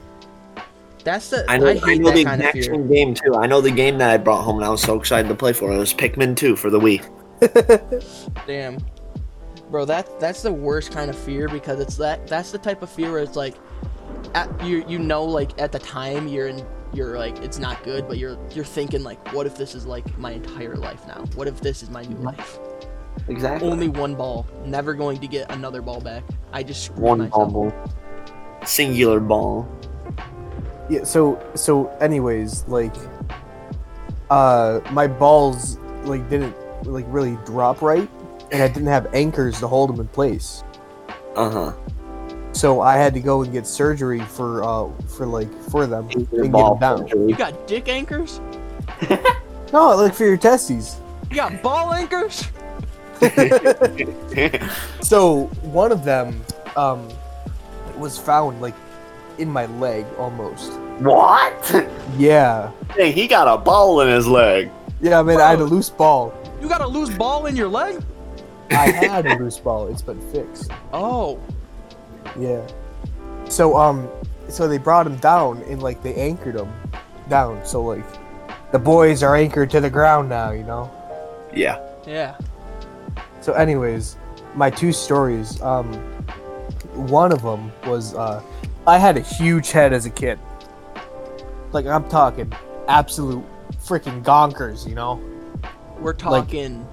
A: That's the.
F: I know. I,
A: hate
F: know
A: that
F: the
A: kind
F: exact
A: of fear.
F: same game too. I know the game that I brought home, and I was so excited to play for it. It was Pikmin 2 for the Wii.
A: Damn, bro, that that's the worst kind of fear because it's that that's the type of fear where it's like, at, you you know like at the time you're in you're like it's not good, but you're you're thinking like, what if this is like my entire life now? What if this is my new life?
F: Exactly.
A: Only one ball, never going to get another ball back. I just screwed
F: one
A: myself.
F: ball. Singular ball.
D: Yeah. So so anyways, like, uh, my balls like didn't like really drop right, and I didn't have anchors to hold them in place.
F: Uh huh.
D: So I had to go and get surgery for uh for like for them.
F: Singular
D: him
F: ball.
D: down.
A: You
F: surgery.
A: got dick anchors?
D: No, like for your testes.
A: You got ball anchors?
D: So one of them um was found like in my leg almost.
F: What?
D: Yeah.
F: Hey, he got a ball in his leg.
D: Yeah, man, I had a loose ball.
A: You got a loose ball in your leg?
D: I had a loose ball. It's been fixed.
A: Oh,
D: Yeah. So um, so they brought him down and like they anchored him down. So like, the boys are anchored to the ground now. You know.
F: Yeah.
A: yeah.
D: So anyways, my two stories. Um, one of them was uh, I had a huge head as a kid. Like I'm talking absolute freaking gonkers. You know.
A: We're talking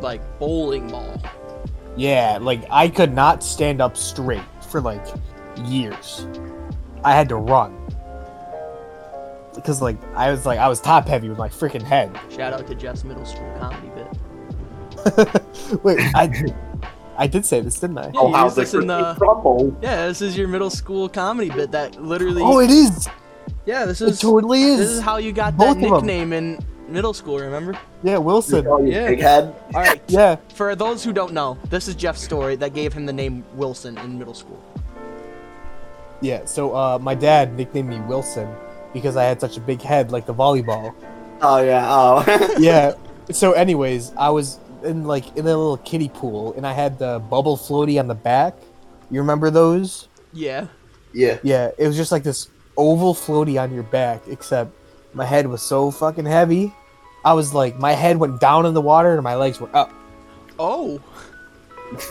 A: like, bowling ball.
D: Yeah, like I could not stand up straight for like years. I had to run. Because like I was like I was top heavy with my freaking head.
A: Shout out to Jeff's middle school comedy bit.
D: Wait, I I did say this, didn't I?
A: Yeah, you used this in the, yeah, this is your middle school comedy bit that literally.
D: Oh, it is.
A: yeah, this
D: It
A: is
D: totally
A: this
D: is.
A: is how you got
D: both
A: that
D: of 'em.
A: nickname in middle school. Remember?
D: yeah, Wilson.
F: Oh,
A: Yeah.
F: Big head.
A: All right.
D: Yeah.
A: For those who don't know, this is Jeff's story that gave him the name Wilson in middle school.
D: Yeah, so uh my dad nicknamed me Wilson because I had such a big head like the volleyball.
F: Oh yeah. Oh.
D: yeah. So, anyways, I was in like in a little kiddie pool, and I had the bubble floaty on the back. You remember those?
A: Yeah.
F: yeah.
D: Yeah, it was just like this oval floaty on your back, except my head was so fucking heavy. I was like, my head went down in the water, and my legs were up,
A: Oh.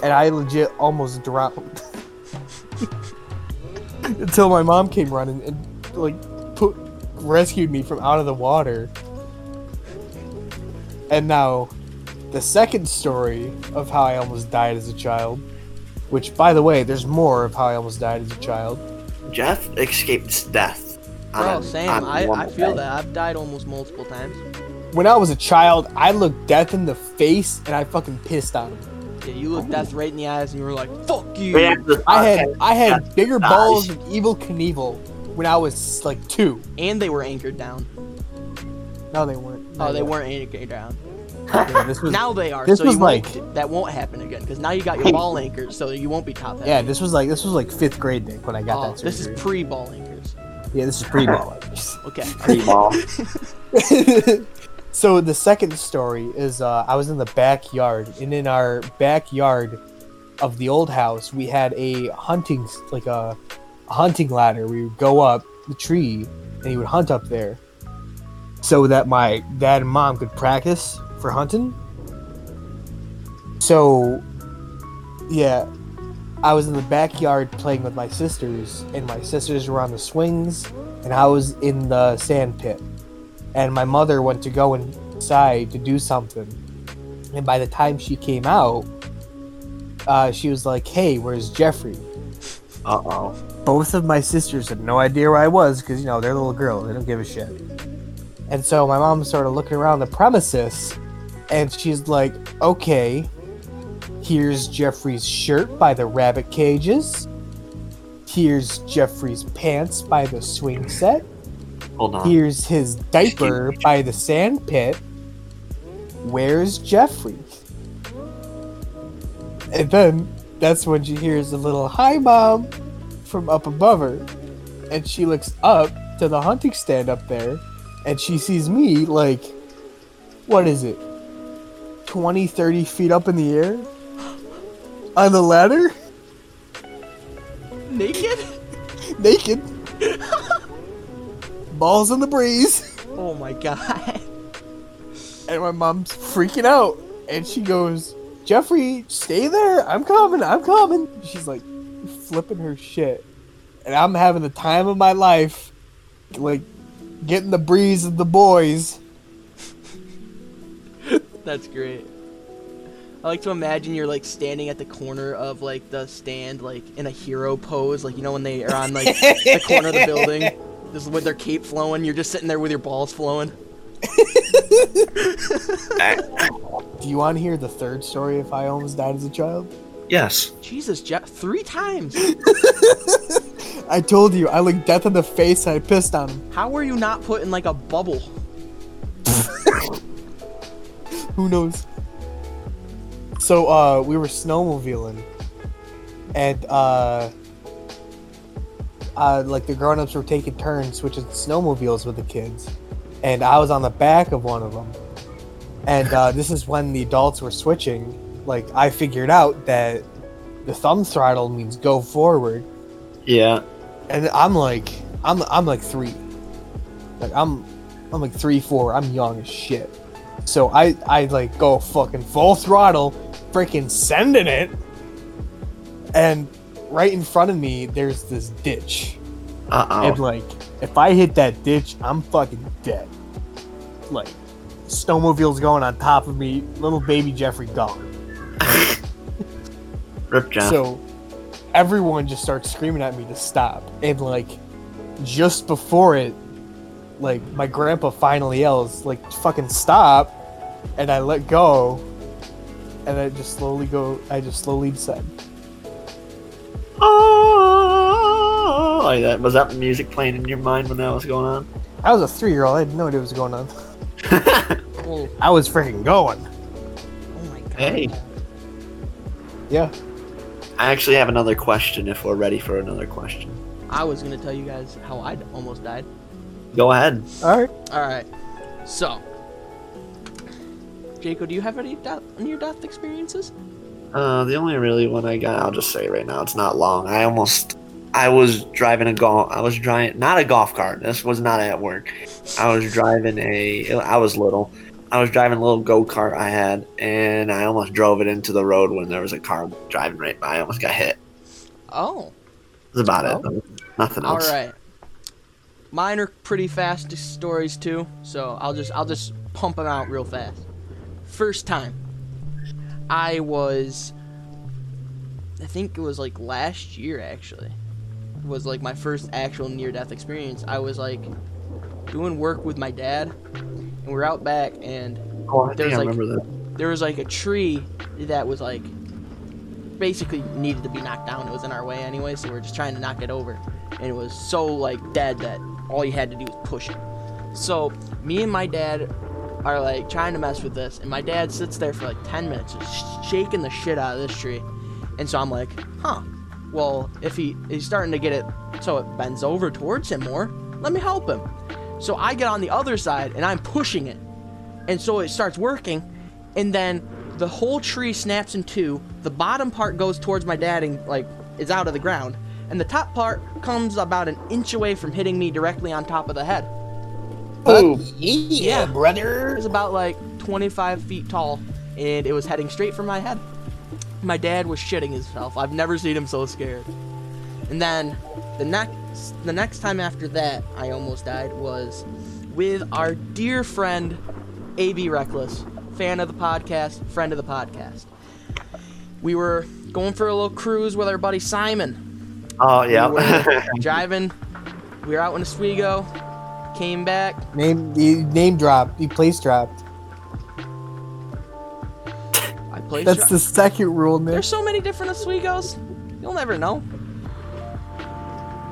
D: and I legit almost drowned. Until my mom came running and like put rescued me from out of the water. And now, the second story of how I almost died as a child, which, by the way, there's more of how I almost died as a child.
F: Jeff escaped death.
A: Bro, same. I, I feel that. I've died almost multiple times.
D: when I was a child, I looked death in the face and I fucking pissed on him.
A: Yeah, you
D: Oh.
A: looked death right in the eyes and you were like, "Fuck you."
F: Yeah,
D: I had I had bigger
F: nice.
D: balls than Evil Knievel when I was like two.
A: And they were anchored down.
D: No, they weren't.
A: Oh,
D: Not
A: they
D: yet.
A: weren't anchored down.
D: Yeah, this was,
A: Now they are.
D: This
A: so
D: was
A: you won't-
D: like-
A: that won't happen again because now you got your ball anchors, so you won't be top heavy.
D: yeah, this was like this was like fifth grade, Nick, when I got
A: Oh,
D: that
A: this is
D: surgery.
A: pre ball anchors.
D: yeah, this is pre-ball.
A: Okay.
F: Pretty ball.
D: so the second story is uh, I was in the backyard, and in our backyard of the old house, we had a hunting s- like a, a hunting ladder. We would go up the tree, and he would hunt up there, so that my dad and mom could practice for hunting. So, yeah, I was in the backyard playing with my sisters, and my sisters were on the swings, and I was in the sand pit and my mother went to go inside to do something. And by the time she came out, uh, she was like, "Hey, where's Jeffrey?"
F: Uh oh.
D: Both of my sisters had no idea where I was because you know they're little girls; they don't give a shit. And so my mom started looking around the premises, and she's like, "Okay, here's Jeffrey's shirt by the rabbit cages. Here's Jeffrey's pants by the swing set."
F: Hold on.
D: Here's his diaper by the sand pit. Where's Jeffrey? And then that's when she hears a little hi mom from up above her. And she looks up to the hunting stand up there and she sees me like what is it? 20 30 feet up in the air on the ladder
A: Naked?
D: naked balls in the breeze
A: Oh my god.
D: And my mom's freaking out. And she goes, Jeffrey, stay there. I'm coming. I'm coming. She's like flipping her shit. And I'm having the time of my life, like getting the breeze of the boys.
A: That's great. I like to imagine you're like standing at the corner of like the stand, like in a hero pose, like you know when they are on like the corner of the building, just with their cape flowing. You're just sitting there with your balls flowing.
D: Do you want to hear the third story if I almost died as a child?
F: Yes.
A: Jesus, Jeff, three times.
D: I told you, I looked death in the face and I pissed on him.
A: How were you not put in like a bubble?
D: Who knows? So, uh, we were snowmobiling. And, uh, uh, like the grown-ups were taking turns switching snowmobiles with the kids and i was on the back of one of them and uh, this is when the adults were switching like i figured out that the thumb throttle means go forward
F: Yeah.
D: and i'm like i'm, I'm like three like i'm i'm like three four i'm young as shit so i i like go fucking full throttle freaking sending it and right in front of me there's this ditch
F: Uh
D: and
F: oh.
D: like, if I hit that ditch, I'm fucking dead. Like, snowmobile's going on top of me, little baby Jeffrey gone.
F: Rip Jeff.
D: So, everyone just starts screaming at me to stop. And like, just before it, like my grandpa finally yells, like, "Fucking stop!" And I let go, and I just slowly go. I just slowly descend.
F: oh, like that. Was that music playing in your mind when that was going on?
D: I was a three-year-old. I had no idea what was going on.
A: Oh,
D: I was freaking going.
A: oh my god.
F: Hey.
D: Yeah.
F: I actually have another question if we're ready for another question.
A: I was gonna tell you guys how I almost died.
F: Go ahead.
D: All right.
A: All right. So, Jaco, do you have any death, near death experiences?
F: Uh, the only really one I got, I'll just say right now, it's not long. I almost, I was driving a golf, I was driving, not a golf cart. This was not at work. I was driving a, I was little. I was driving a little go kart I had, and I almost drove it into the road when there was a car driving right by. I almost got hit.
A: Oh.
F: That's about it. Nothing
A: All
F: else.
A: right. Mine are pretty fast stories too, so I'll just I'll just pump them out real fast. First time, I was, I think it was like last year actually, was like my first actual near-death experience. I was like doing work with my dad, and we're out back, and
F: Oh, I
A: There's,
F: think I
A: like-
F: remember that.
A: there was like a tree that was like basically needed to be knocked down. It was in our way anyway, so we are just trying to knock it over. And it was so like dead that all you had to do was push it. So me and my dad are like trying to mess with this, and my dad sits there for like 10 minutes, just shaking the shit out of this tree. And so I'm like, huh. Well, if he he's starting to get it so it bends over towards him more, let me help him. So I get on the other side and I'm pushing it. And so it starts working, and then the whole tree snaps in two. The bottom part goes towards my dad and like is out of the ground, and the top part comes about an inch away from hitting me directly on top of the head.
B: Oh,
A: Yeah. It
B: brother.
A: was about like 25 feet tall, and it was heading straight for my head. My dad was shitting himself. I've never seen him so scared. And then the next the next time after that, I almost died was with our dear friend AB Reckless, fan of the podcast, friend of the podcast. We were going for a little cruise with our buddy Simon.
F: Oh
A: We
F: yeah.
A: were driving. We were out in Oswego. Came back.
G: Name you name dropped. You place dropped.
A: I played.
G: That's the second rule, Nick.
A: There's so many different Oswegos. You'll never know.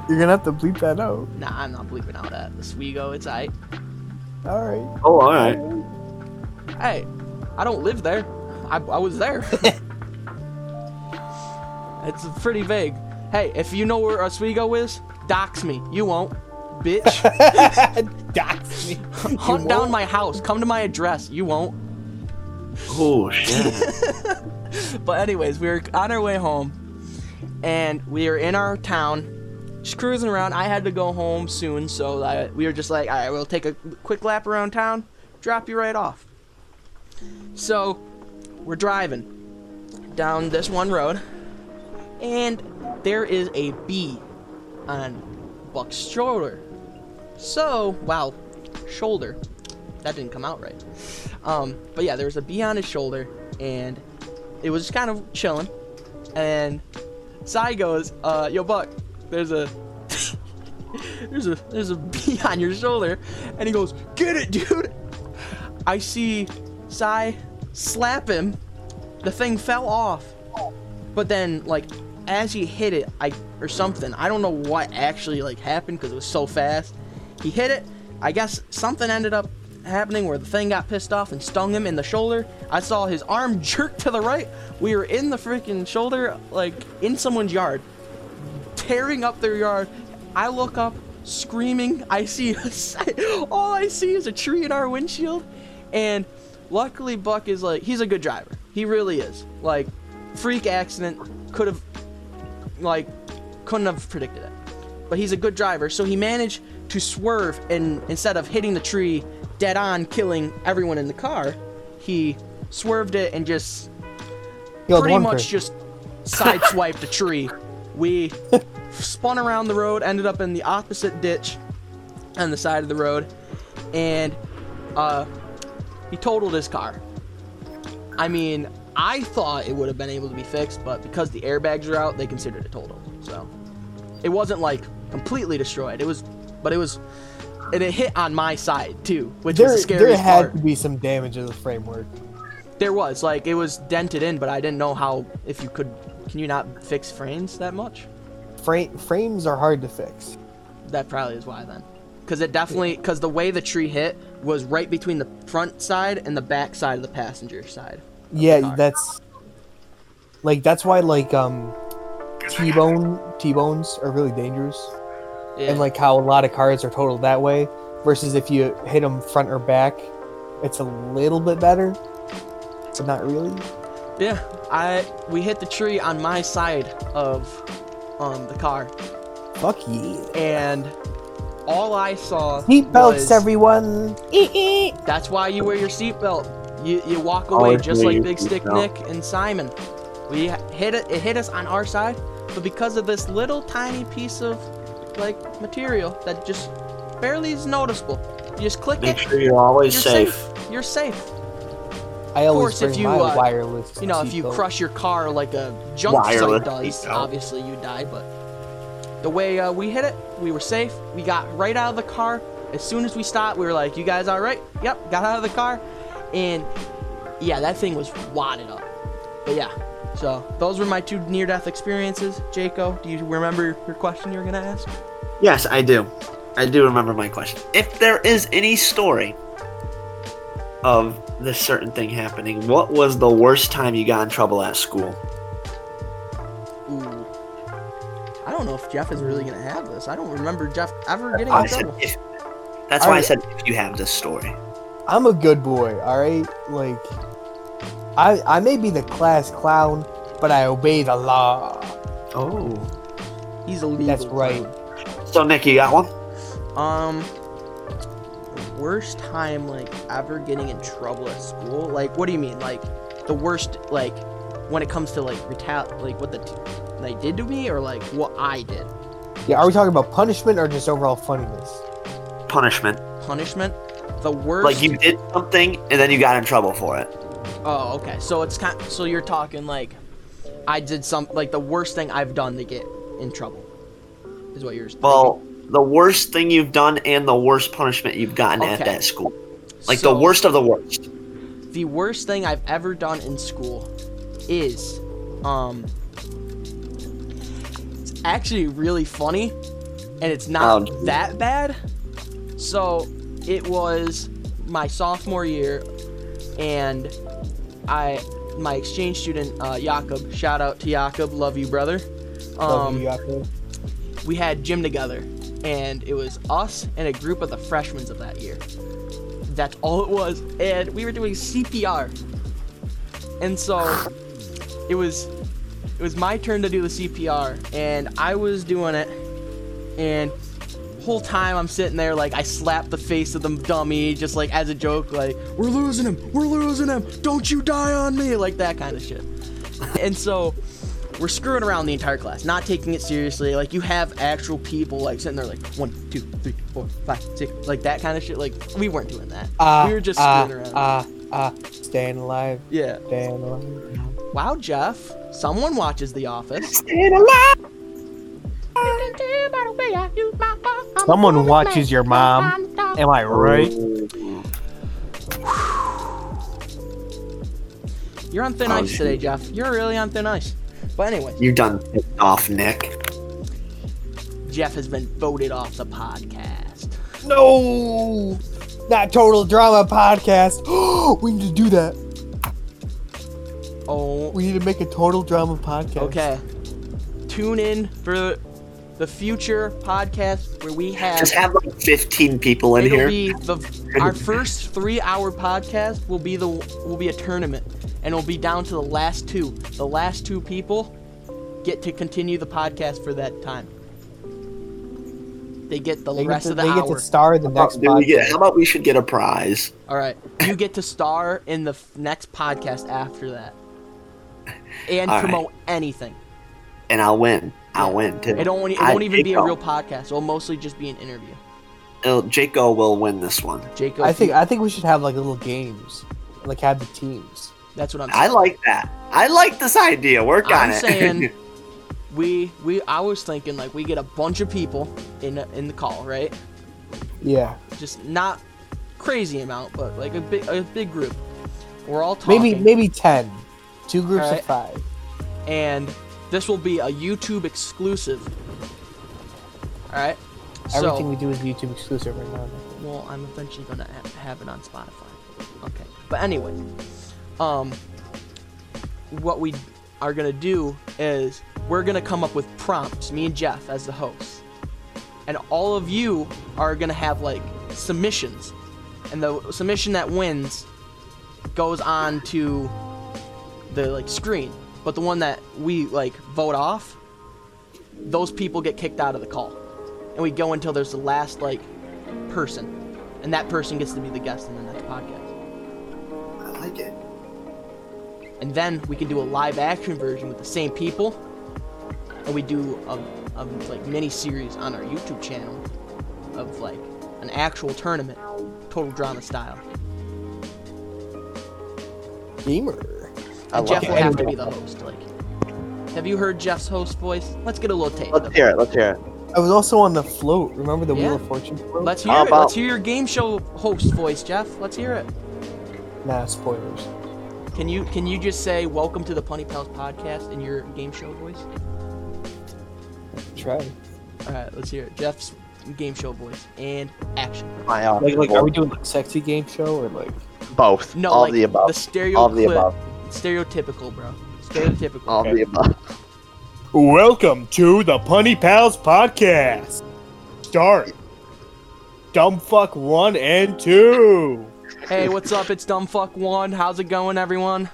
G: You're gonna have to bleep that out.
A: Nah, I'm not bleeping out that Oswego. It's I.
G: All right.
F: oh, all right.
A: Hey, I don't live there. I, I was there. it's pretty vague. Hey, if you know where Oswego is, dox me. You won't, bitch.
B: Dox me.
A: Hunt down my house. Come to my address. You won't.
F: Oh shit.
A: But anyways, we were on our way home, and we were in our town, just cruising around. I had to go home soon, so I, we were just like, all right, we'll take a quick lap around town, drop you right off. So, we're driving down this one road, and there is a bee on Buck's shoulder. So, wow, shoulder. That didn't come out right. Um, but yeah, there was a bee on his shoulder, and it was just kind of chilling. And Sai goes, uh, "Yo, Buck, there's a there's a there's a bee on your shoulder," and he goes, "Get it, dude!" I see Sai slap him. The thing fell off, but then like as he hit it, I or something. I don't know what actually like happened because it was so fast. He hit it. I guess something ended up happening where the thing got pissed off and stung him in the shoulder. I saw his arm jerk to the right. We were in the freaking shoulder, like in someone's yard, tearing up their yard. I look up, screaming. I see, all I see is a tree in our windshield. And luckily, Buck is like, he's a good driver. He really is. Like, freak accident. Could have, like, couldn't have predicted it but he's a good driver, so he managed to swerve and instead of hitting the tree dead on, killing everyone in the car, he swerved it and just
G: Killed
A: pretty
G: one
A: much
G: person.
A: just sideswiped a tree. We spun around the road, ended up in the opposite ditch on the side of the road, and uh, he totaled his car. I mean, I thought it would have been able to be fixed, but because the airbags were out, they considered it totaled. So it wasn't like completely destroyed. It was, but it was, and it hit on my side too, which
G: There,
A: was the
G: there
A: scariest
G: had
A: part.
G: to be some damage to the framework.
A: There was like it was dented in, but I didn't know how if you could. Can you not fix frames that much?
G: Frame frames are hard to fix.
A: That probably is why then, because it definitely because the way the tree hit was right between the front side and the back side of the passenger side.
G: Yeah,
A: car.
G: that's like that's why like um T-bone T-bones are really dangerous.
A: Yeah.
G: and like how a lot of cars are totaled that way versus if you hit them front or back it's a little bit better but not really
A: yeah, I we hit the tree on my side of um the car,
G: fuck yeah
A: and all I saw
G: seatbelts
A: was-
G: everyone
A: That's why you wear your seatbelt. You, you walk away
F: Always
A: just
F: wear
A: like
F: your
A: Big Stick
F: seatbelt.
A: Nick and Simon. We hit it. It hit us on our side, but because of this little tiny piece of like material that just barely is noticeable, you just click
F: Make
A: it.
F: sure you're always
A: You're
F: safe.
A: safe. You're safe.
G: i
A: course,
G: always bring
A: if you,
G: my
A: uh,
G: wireless
A: You know, if you
G: seatbelt.
A: crush your car like a junk
F: Wireless
A: site does,
F: seatbelt.
A: obviously you die. But the way uh, we hit it, we were safe. We got right out of the car. As soon as we stopped, we were like, "You guys all right?" Yep, got out of the car, and yeah, that thing was wadded up. But yeah, so those were my two near-death experiences. Jaco, do you remember your question you were gonna ask?
F: Yes, I do. I do remember my question. If there is any story of this certain thing happening, what was the worst time you got in trouble at school?
A: Ooh. I don't know if Jeff is really gonna have this. I don't remember Jeff ever getting
F: I
A: in
F: said
A: trouble.
F: if- that's why I said if you have this story.
G: I'm a good boy, all right? Like, I I may be the class clown, but I obey the law.
F: Oh.
A: He's a legal.
G: That's right.
F: So Nick, you got one?
A: Um, worst time like ever getting in trouble at school. Like, what do you mean? Like, the worst like when it comes to like retal like what the t- they did to me or like what I did.
G: Yeah, are we talking about punishment or just overall funniness?
F: Punishment.
A: Punishment. The worst.
F: Like you did something and then you got in trouble for it.
A: Oh, okay. So it's kind. So you're talking like, I did some like the worst thing I've done to get in trouble, is what you're. thinking.
F: Well, the worst thing you've done and the worst punishment you've gotten at
A: Okay.
F: that school. Like
A: So-
F: the worst of the worst.
A: the worst thing I've ever done in school is, um, it's actually really funny, and it's not
F: Oh, geez.
A: that bad. So it was my sophomore year, and I, my exchange student, uh, Jakob. Shout out to Jakob, love you, brother.
G: Love
A: Um,
G: you, Yaku.
A: we had gym together, and it was us and a group of the freshmen of that year. That's all it was, and we were doing CPR. And so, it was it was my turn to do the CPR, and I was doing it, and whole time I'm sitting there like I slapped the face of the dummy just like as a joke, like we're losing him, we're losing him, don't you die on me, like that kind of shit. and so we're screwing around the entire class, not taking it seriously. Like you have actual people like sitting there like one, two, three, four, five, six, like that kind of shit. Like we weren't doing that.
D: Uh,
G: Ah,
A: we were just
G: ah,
A: screwing around.
G: Ah, ah, staying alive,
A: yeah.
G: staying alive.
A: Wow, Jeff. Someone watches The Office.
G: Someone watches your mom. Am I right?
A: You're on thin
F: Oh,
A: ice today,
F: shoot.
A: Jeff. You're really on thin ice. But anyway,
F: You done pissed off, Nick.
A: Jeff has been voted off the podcast.
G: No, not total drama podcast. we need to do that.
A: Oh,
G: We need to make a total drama podcast.
A: okay. Tune in for the future podcast where we have
F: Just have like 15 people in
A: It'll
F: here.
A: be the our first three-hour podcast will be the will be a tournament, and it'll be down to the last two. The last two people get to continue the podcast for that time. They get the
G: They get
A: rest
G: to,
A: of the
G: they
A: hour.
G: get to star in the
F: How
G: next
F: about- do we get-
G: podcast.
F: how about we should get a prize?
A: All right, you get to star in the f- next podcast after that, and
F: All right.
A: promote anything.
F: And I'll win. I'll win. Too.
A: It won't, it
F: I-
A: won't even be a
F: Jaco-
A: real podcast. It'll mostly just be an interview.
F: it'll- Jaco will win this one.
A: Jacob,
G: I think I think we should have like little games, like have the teams.
A: that's what I'm.
F: I
A: Saying.
F: like that. I like this idea. Work
A: I'm
F: on it.
A: saying we we I was thinking like we get a bunch of people in in the call, right?
G: Yeah,
A: Just not crazy amount, but like a big a big group. We're all talking.
G: maybe maybe ten, two groups
A: Alright.
G: of five.
A: and this will be a YouTube exclusive. All right.
G: Everything
A: so,
G: we do is YouTube exclusive right now.
A: well, I'm eventually gonna ha- have it on Spotify. Okay. But anyway, um, what we are gonna do is we're gonna come up with prompts. Me and Jeff as the hosts, and all of you are gonna have like submissions, and the submission that wins goes on to the like screen. But the one that we like vote off, those people get kicked out of the call, and we go until there's the last like person, and that person gets to be the guest in the next podcast.
F: I like it.
A: And then we can do a live action version with the same people, and we do a, a like mini series on our YouTube channel of like an actual tournament, total drama style.
G: Gamer.
A: And Jeff
F: like
A: will
G: it.
A: have to be the host. Like, have you heard Jeff's host voice? Let's get a little taste. of
F: Let's
A: it.
F: hear it. Let's hear it.
G: I was also on the float. Remember the
A: Yeah.
G: Wheel of Fortune float?
A: Let's hear
F: How
A: it.
F: about-
A: Let's hear your game show host voice, Jeff. Let's hear it.
G: nah, spoilers.
A: Can you can you just say welcome to the Punny Pals podcast in your game show voice?
G: Try.
A: All right, let's hear it. Jeff's game show voice and action.
F: My, uh,
G: Like, like, are we doing like sexy game show or like?
H: Both.
A: No,
H: all
A: like
H: of the above.
A: the stereo
H: all of the
A: clip-
H: above.
A: Stereotypical, bro. Stereotypical.
H: All of the above.
C: Welcome to the Punny Pals podcast. Start. Dumb fuck one and two.
A: Hey, what's up? It's Dumbfuck One. How's it going, everyone?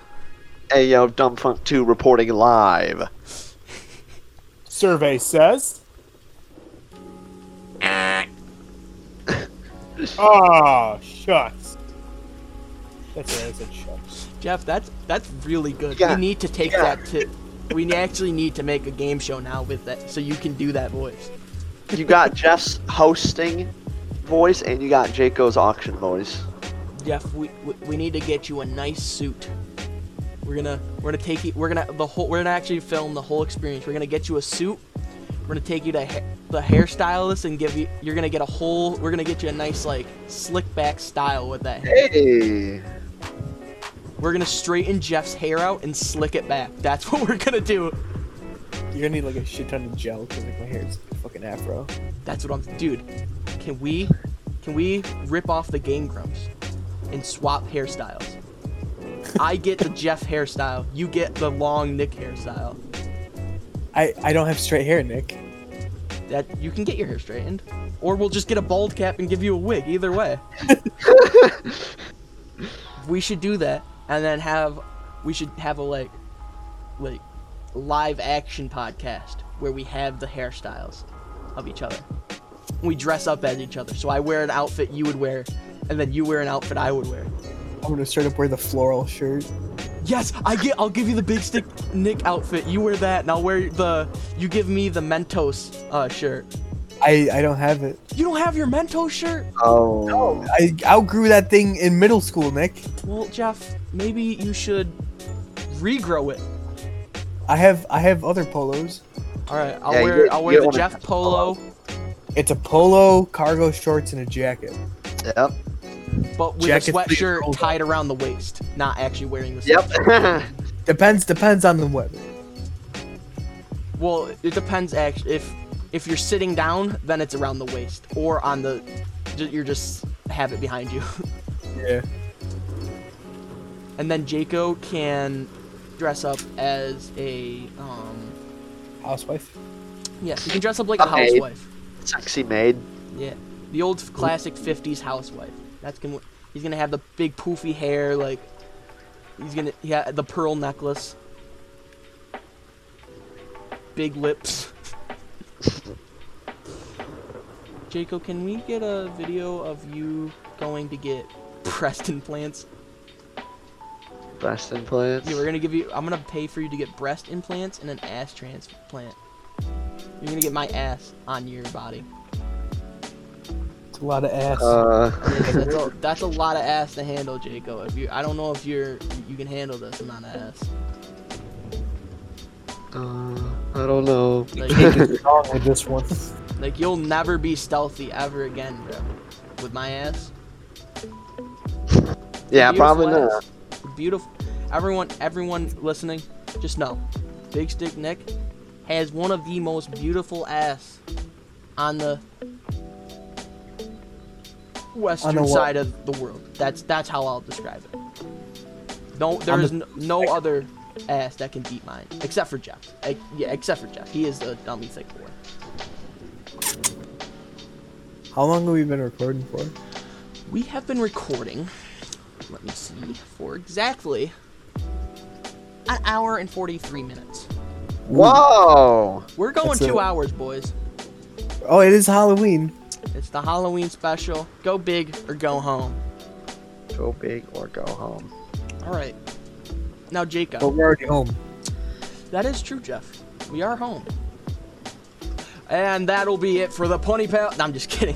H: Hey yo, Dumb Funk 2 reporting live.
C: Survey says. Ah, shucks.
B: That's what I said. Shucks.
A: Jeff, that's that's really good.
H: Yeah.
A: We need to take
H: Yeah.
A: that to. We actually need to make a game show now with that, so you can do that voice.
H: You got Jeff's hosting voice and you got Jaco's auction voice.
A: Jeff, we, we, we need to get you a nice suit. We're gonna we're gonna take you. We're gonna the whole. We're gonna actually film the whole experience. We're gonna get you a suit. We're gonna take you to ha- the hairstylist and give you. You're gonna get a whole. We're gonna get you a nice like slick back style with that hair.
H: Hey.
A: We're gonna straighten Jeff's hair out and slick it back. That's what we're gonna do.
B: You're gonna need like a shit ton of gel because like my hair is fucking afro.
A: That's what I'm. Dude, can we, can we rip off the Game Grumps, and swap hairstyles? I get the Jeff hairstyle. You get the long Nick hairstyle.
B: I I don't have straight hair, Nick.
A: That you can get your hair straightened, or we'll just get a bald cap and give you a wig. Either way, we should do that, and then have, we should have a like, like, live action podcast where we have the hairstyles of each other. We dress up as each other. So I wear an outfit you would wear, and then you wear an outfit I would wear.
B: I'm gonna start up wearing the floral shirt.
A: Yes, I get. I'll give you the big stick Nick outfit. You wear that, and I'll wear the. You give me the Mentos uh, shirt.
B: I I don't have it.
A: You don't have your Mentos shirt.
H: Oh.
B: I outgrew that thing in middle school, Nick.
A: Well, Jeff, maybe you should regrow it.
B: I have I have other polos.
A: All right, I'll
H: Yeah, you
A: wear
H: get-
A: I'll
H: you
A: wear
H: get
A: the
H: one of
A: Jeff
H: Jeff's
A: polo,
B: It's a polo, cargo shorts, and a jacket.
H: Yep.
A: but with
B: Jacket's
A: a sweatshirt
B: pretty cool, though.
A: tied around the waist, not actually wearing the.
H: Yep.
B: Depends depends on the weather.
A: sweatshirt. Well, it depends. Actually, if if you're sitting down, then it's around the waist, or on the, ju- you're just have it behind you.
B: Yeah.
A: And then Jaco can dress up as a um.
B: Housewife.
A: Yes, you can dress up like a
H: A maid.
A: housewife.
H: Sexy maid.
A: Yeah, the old classic '50s housewife. That's gonna. He's gonna have the big poofy hair, like. He's gonna. Yeah, the pearl necklace. Big lips. Jaco, can we get a video of you going to get breast implants?
H: Breast implants.
A: Yeah, we're gonna give you. I'm gonna pay for you to get breast implants and an ass transplant. You're gonna get my ass on your body.
B: It's a lot of ass.
H: Uh,
A: Yeah, that's, a, that's a lot of ass to handle, Jaco. If you, I don't know if you're, you can handle this amount of ass.
H: uh, I don't know.
A: Like,
B: wrong with this one.
A: like you'll never be stealthy ever again, bro. With my ass.
H: Yeah,
A: Beautiful
H: probably not.
A: ass. Beautiful. Everyone, everyone listening, just know, Big Stick Nick has one of the most beautiful ass on the western
B: what?
A: side of the world. That's that's how I'll describe it. No, there is no, no other ass that can beat mine, except for Jeff. Ex- yeah, except for Jeff. He is the dummy thick boy.
B: How long have we been recording for?
A: We have been recording. Let me see for exactly an hour and forty-three minutes.
H: Whoa.
A: We're going
B: That's
A: two
B: it.
A: hours, boys.
B: Oh, it is Halloween.
A: It's the Halloween special. Go big or go home.
H: Go big or go home.
A: All right. Now, Jacob.
B: But we're already home.
A: That is true, Jeff. We are home. And that'll be it for the Pony Pal. No, I'm just kidding.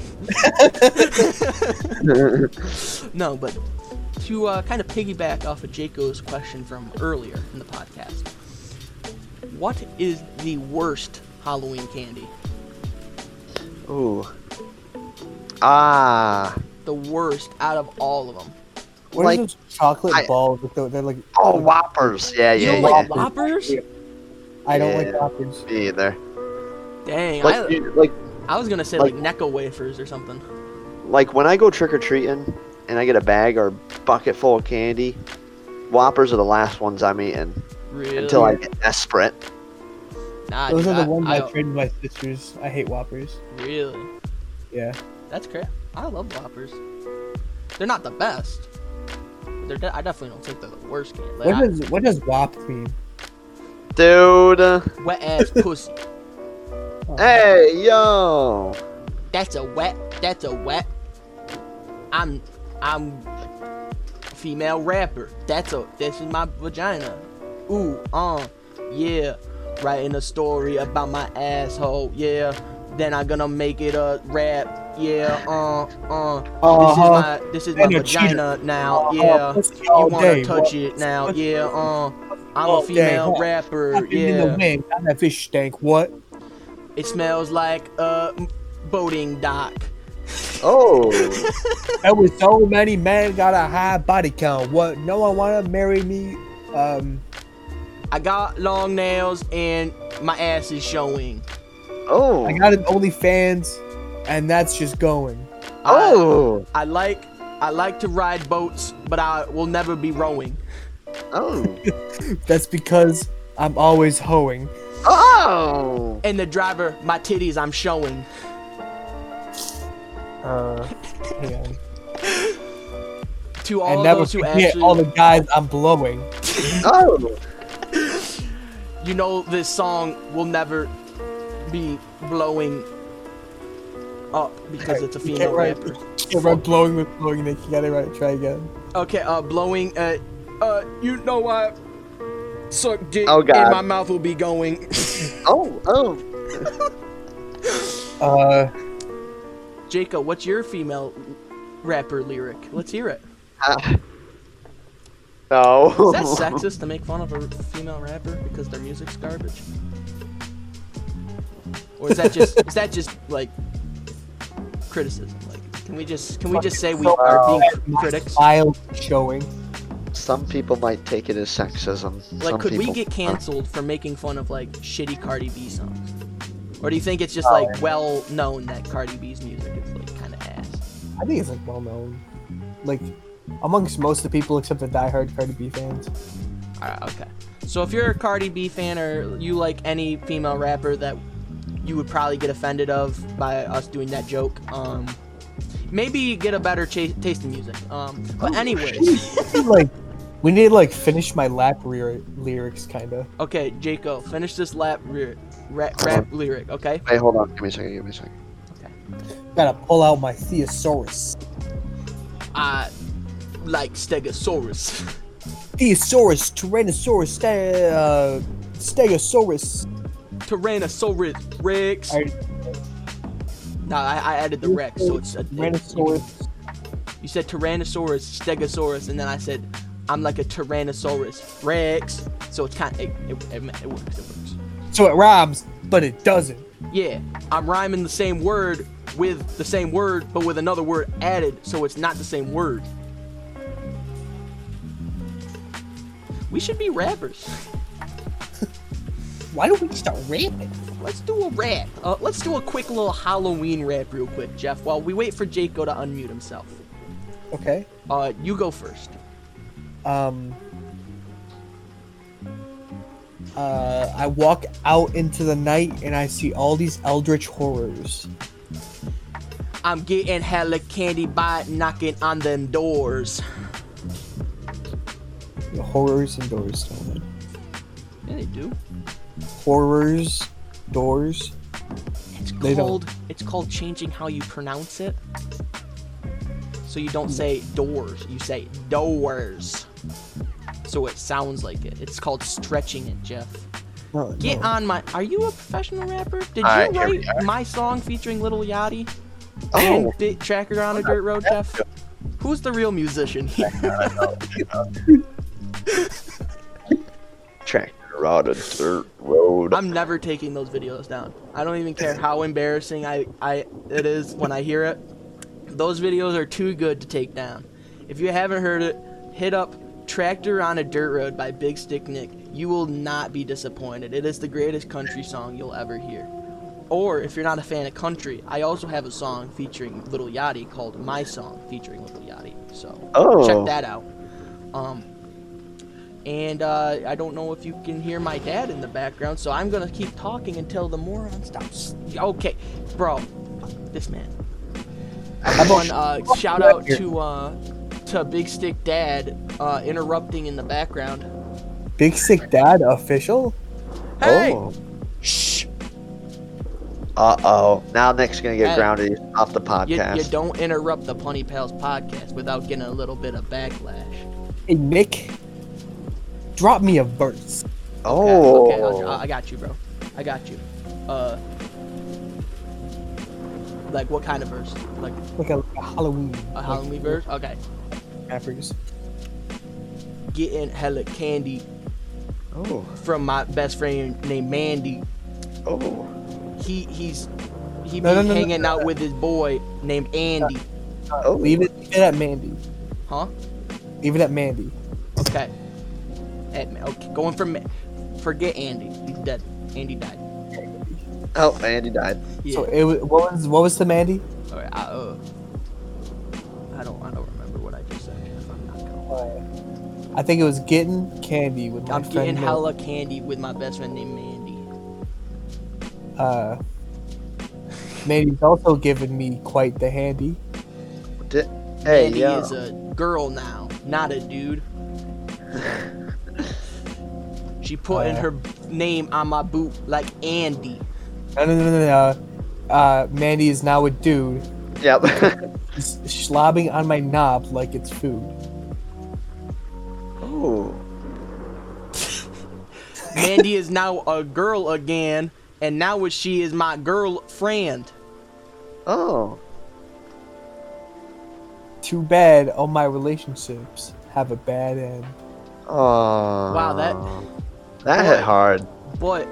A: no, but to uh, kind of piggyback off of Jaco's question from earlier in the podcast, what is the worst Halloween candy?
H: Ooh. Ah.
A: The worst out of all of them.
B: What are
H: Like,
B: those chocolate
H: I-
B: balls? With the, they're like
H: Oh, whoppers. Yeah,
A: You
H: yeah,
A: don't
H: yeah.
A: like Whoppers?
B: I don't
H: Yeah.
B: like poppers.
H: Me either.
A: Dang,
H: Like,
A: I,
H: dude, like,
A: I was gonna say like, Necco wafers or something.
H: like when I go trick or treating, and I get a bag or a bucket full of candy, Whoppers are the last ones I'm eating
A: Really?
H: until I get desperate.
A: nah,
D: Those
A: dude,
D: are the
A: I-
D: ones
A: I,
D: I, trade with my sisters. I hate Whoppers.
A: really.
D: Yeah.
A: That's crap. I love Whoppers. They're not the best. They're de- I definitely don't think they're the worst candy. Like,
D: What does what does Whop mean?
H: Dude. uh,
A: I- wet ass pussy.
H: Hey, yo.
A: That's a wet. That's a wet. I'm I'm female rapper. That's a this is my vagina. Ooh, uh, yeah. Writing a story about my asshole, yeah. Then I'm gonna make it a rap, yeah, uh, uh.
D: Uh-huh.
A: This is my this is
D: And
A: my
D: a cheater.
A: vagina now,
D: Uh-huh,
A: yeah.
D: pussy
A: You
D: all
A: wanna
D: day,
A: touch
D: what?
A: it now, yeah, uh. I'm
D: all
A: a
D: day,
A: female
D: huh?
A: rapper,
D: I've been in the
A: yeah.
D: wind. I'm that fish tank. What?
A: It smells like a m- boating dock.
H: Oh.
D: There was so many men got a high body count. What? No one wanna marry me. Um.
A: I got long nails and my ass is showing.
H: Oh.
D: I got an OnlyFans, and that's just going.
H: oh.
A: I like I like to ride boats, but I will never be rowing.
H: Oh.
D: That's because I'm always hoeing.
H: Oh.
A: And the driver, my titties, I'm showing.
G: Uh,
D: Hang on.
A: To all
D: And never
A: those who
D: forget
A: actually,
D: all the guys I'm blowing.
H: Oh.
A: you know, this song will never be blowing up because it's a
D: You can't
A: female
D: write-
A: rapper.
D: If I'm blowing with blowing, they gotta right, try again.
A: Okay, uh, blowing. Uh, uh, you know I suck dick,
H: Oh, God.
A: and my mouth will be going.
H: Oh. Oh.
D: Uh,
A: Jacob, what's your female rapper lyric? Let's hear it.
H: Ah. no.
A: Is that sexist to make fun of a a female rapper because their music's garbage? Or is that just is that just like criticism? Like, can we just can we just say we are being cr- critics?
D: file showing.
H: Some people might take it as sexism.
A: Like,
H: Some
A: could we
H: people-
A: get canceled for making fun of like shitty Cardi B songs? Or do you think it's just
H: Oh,
A: like well known that Cardi B's music is like kind of ass?
D: I think it's like well known, like amongst most of the people except the diehard Cardi B fans.
A: Alright, okay. So if you're a Cardi B fan or you like any female rapper that you would probably get offended of by us doing that joke, um, maybe get a better cha- taste in music. Um,
H: Oh,
A: but anyways,
D: like, we need to like finish my lap re- lyrics, kind of.
A: okay, Jaco, finish this lap lyric, rap, rap lyric, okay?
H: Hey, hold on. Give me a second. Give me a second.
D: Gotta pull out my thesaurus.
A: I Uh, like Stegosaurus.
D: Thesaurus, Tyrannosaurus, Ste- uh, Stegosaurus.
A: Tyrannosaurus Rex.
D: I-
A: No, I, I added the Rex, so it's a,
D: Tyrannosaurus.
A: You said Tyrannosaurus, Stegosaurus, and then I said, I'm like a Tyrannosaurus Rex. So it's kind of, it, it, it, it works, it works.
D: So it rhymes, but it doesn't.
A: Yeah, I'm rhyming the same word with the same word, but with another word added, so it's not the same word. We should be rappers.
D: Why don't we just start rapping?
A: Let's do a rap. Uh, let's do a quick little Halloween rap real quick, Jeff, while we wait for Jaco to unmute himself.
D: Okay.
A: Uh, you go first.
D: Um. Uh, I walk out into the night and I see all these eldritch horrors.
A: I'm getting hella candy by knocking on them doors.
D: Horrors and doors. Dylan.
A: Yeah, they do.
D: Horrors, doors.
A: It's
D: They don't.
A: called it's called changing how you pronounce it. So you don't say doors, you say doors. So it sounds like it. It's called stretching it, Jeff.
D: No,
A: Get
D: no.
A: on my. Are you a professional rapper? Did
H: All right,
A: you
H: here we
A: write my song featuring Little Yachty
H: Oh.
A: and Bit Tracker on a Dirt Road, Jeff? Who's the real musician here?
H: Track around a dirt road.
A: I'm never taking those videos down. I don't even care how embarrassing I, I it is when I hear it. Those videos are too good to take down. If you haven't heard it, hit up Tractor on a Dirt Road by Big Stick Nick. You will not be disappointed. It is the greatest country song you'll ever hear. Or if you're not a fan of country, I also have a song featuring Little Yachty called My Song featuring Little Yachty. So
H: Oh.
A: check that out. Um, and uh, I don't know if you can hear my dad in the background, so I'm gonna keep talking until the moron stops. Okay, bro, this man. Everyone, uh, shout out to uh, to Big Stick Dad uh, interrupting in the background.
D: Big Sick Dad official?
A: Hey,
H: Oh.
A: shh!
H: Uh oh. Now Nick's gonna get
A: Hey.
H: grounded off the
A: You,
H: podcast.
A: you don't interrupt the Punny Pals podcast without getting a little bit of backlash.
D: Hey, Nick, drop me a verse.
H: oh.
A: Okay, I'll- I got you, bro. I got you. Uh, like what kind of verse? Like
D: Like a, like a Halloween.
A: a Halloween verse? Okay.
D: Rappers.
A: Getting hella candy
H: oh.
A: from my best friend named Mandy.
H: Oh.
A: He he's he
D: No,
A: be
D: no, no, no,
A: hanging out with his boy named Andy. Uh,
H: Oh.
D: Leave it, leave it at Mandy.
A: Huh?
D: Leave it at Mandy.
A: Okay. At, okay. Going from forget Andy. He's dead. Andy died.
H: Oh, Andy died.
A: Yeah.
D: So it was, what was what was the Mandy?
A: All right, I, uh, I don't I don't remember what I just said. I'm, not gonna,
D: I think it was getting candy with my
A: I'm
D: friend.
A: getting
D: Nick.
A: hella candy with my best friend named Mandy.
D: uh, Mandy's also given me quite the handy.
H: Di- hey,
A: Mandy
H: yo.
A: is a girl now, not a dude. she putting
D: Uh.
A: her name on my boot like Andy.
D: No, no, no, no, no. Uh, Mandy is now a dude.
H: Yep.
D: He's slobbing on my knob like it's food.
H: Ooh.
A: Mandy is now a girl again, and now she is my girlfriend.
H: Oh.
D: Too bad all my relationships have a bad end.
H: Oh.
A: Wow, that-
H: that hit hard.
A: But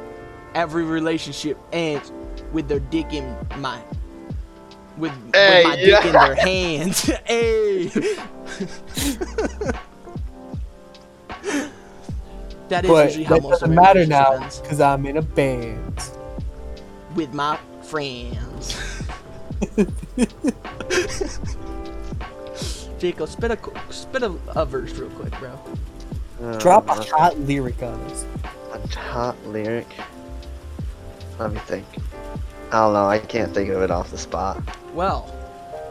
A: every relationship ends with their dick in my with,
H: Hey,
A: with my dick
H: yeah.
A: in their hands. hey. That is
D: But
A: usually how
D: that
A: most of
D: doesn't matter
A: relationships
D: now
A: ends. Uh,
D: because I'm in a band.
A: with my friends. Jacob, spit a qu- spit a, a verse real quick, bro.
D: Drop a
H: Uh,
D: hot lyric on us.
H: a hot lyric. Let me think. I don't know. I can't think of it off the spot.
A: Well,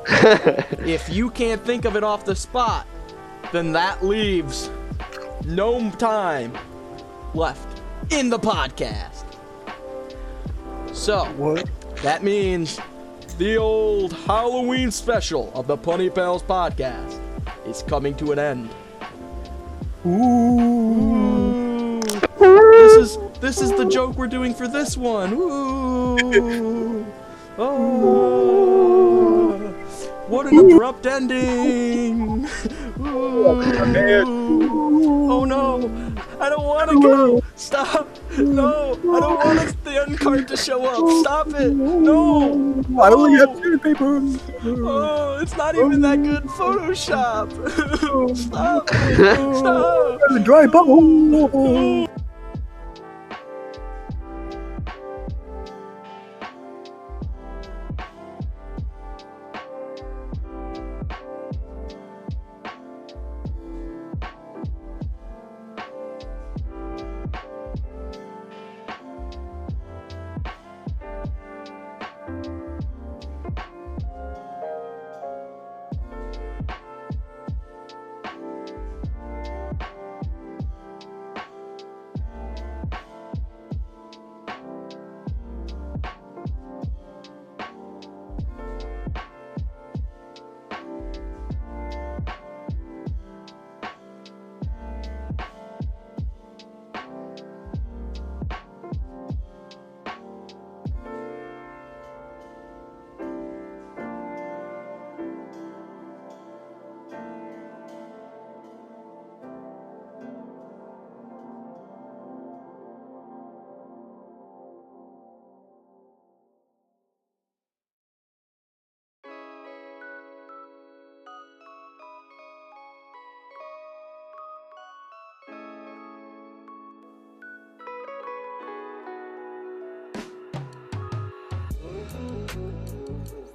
A: if you can't think of it off the spot, then that leaves no time left in the podcast. So
D: What?
A: that means the old Halloween special of the Punny Pals podcast is coming to an end. Ooh. This is this is the joke we're doing for this one. Ooh. Oh. What an abrupt ending. Ooh. Oh no. I don't want to go. Stop. No. I don't want the end card to show up. Stop it. No. I only have two paper. Oh, it's not even that good Photoshop. Stop. Stop.
D: Dry bubble.
B: Ooh.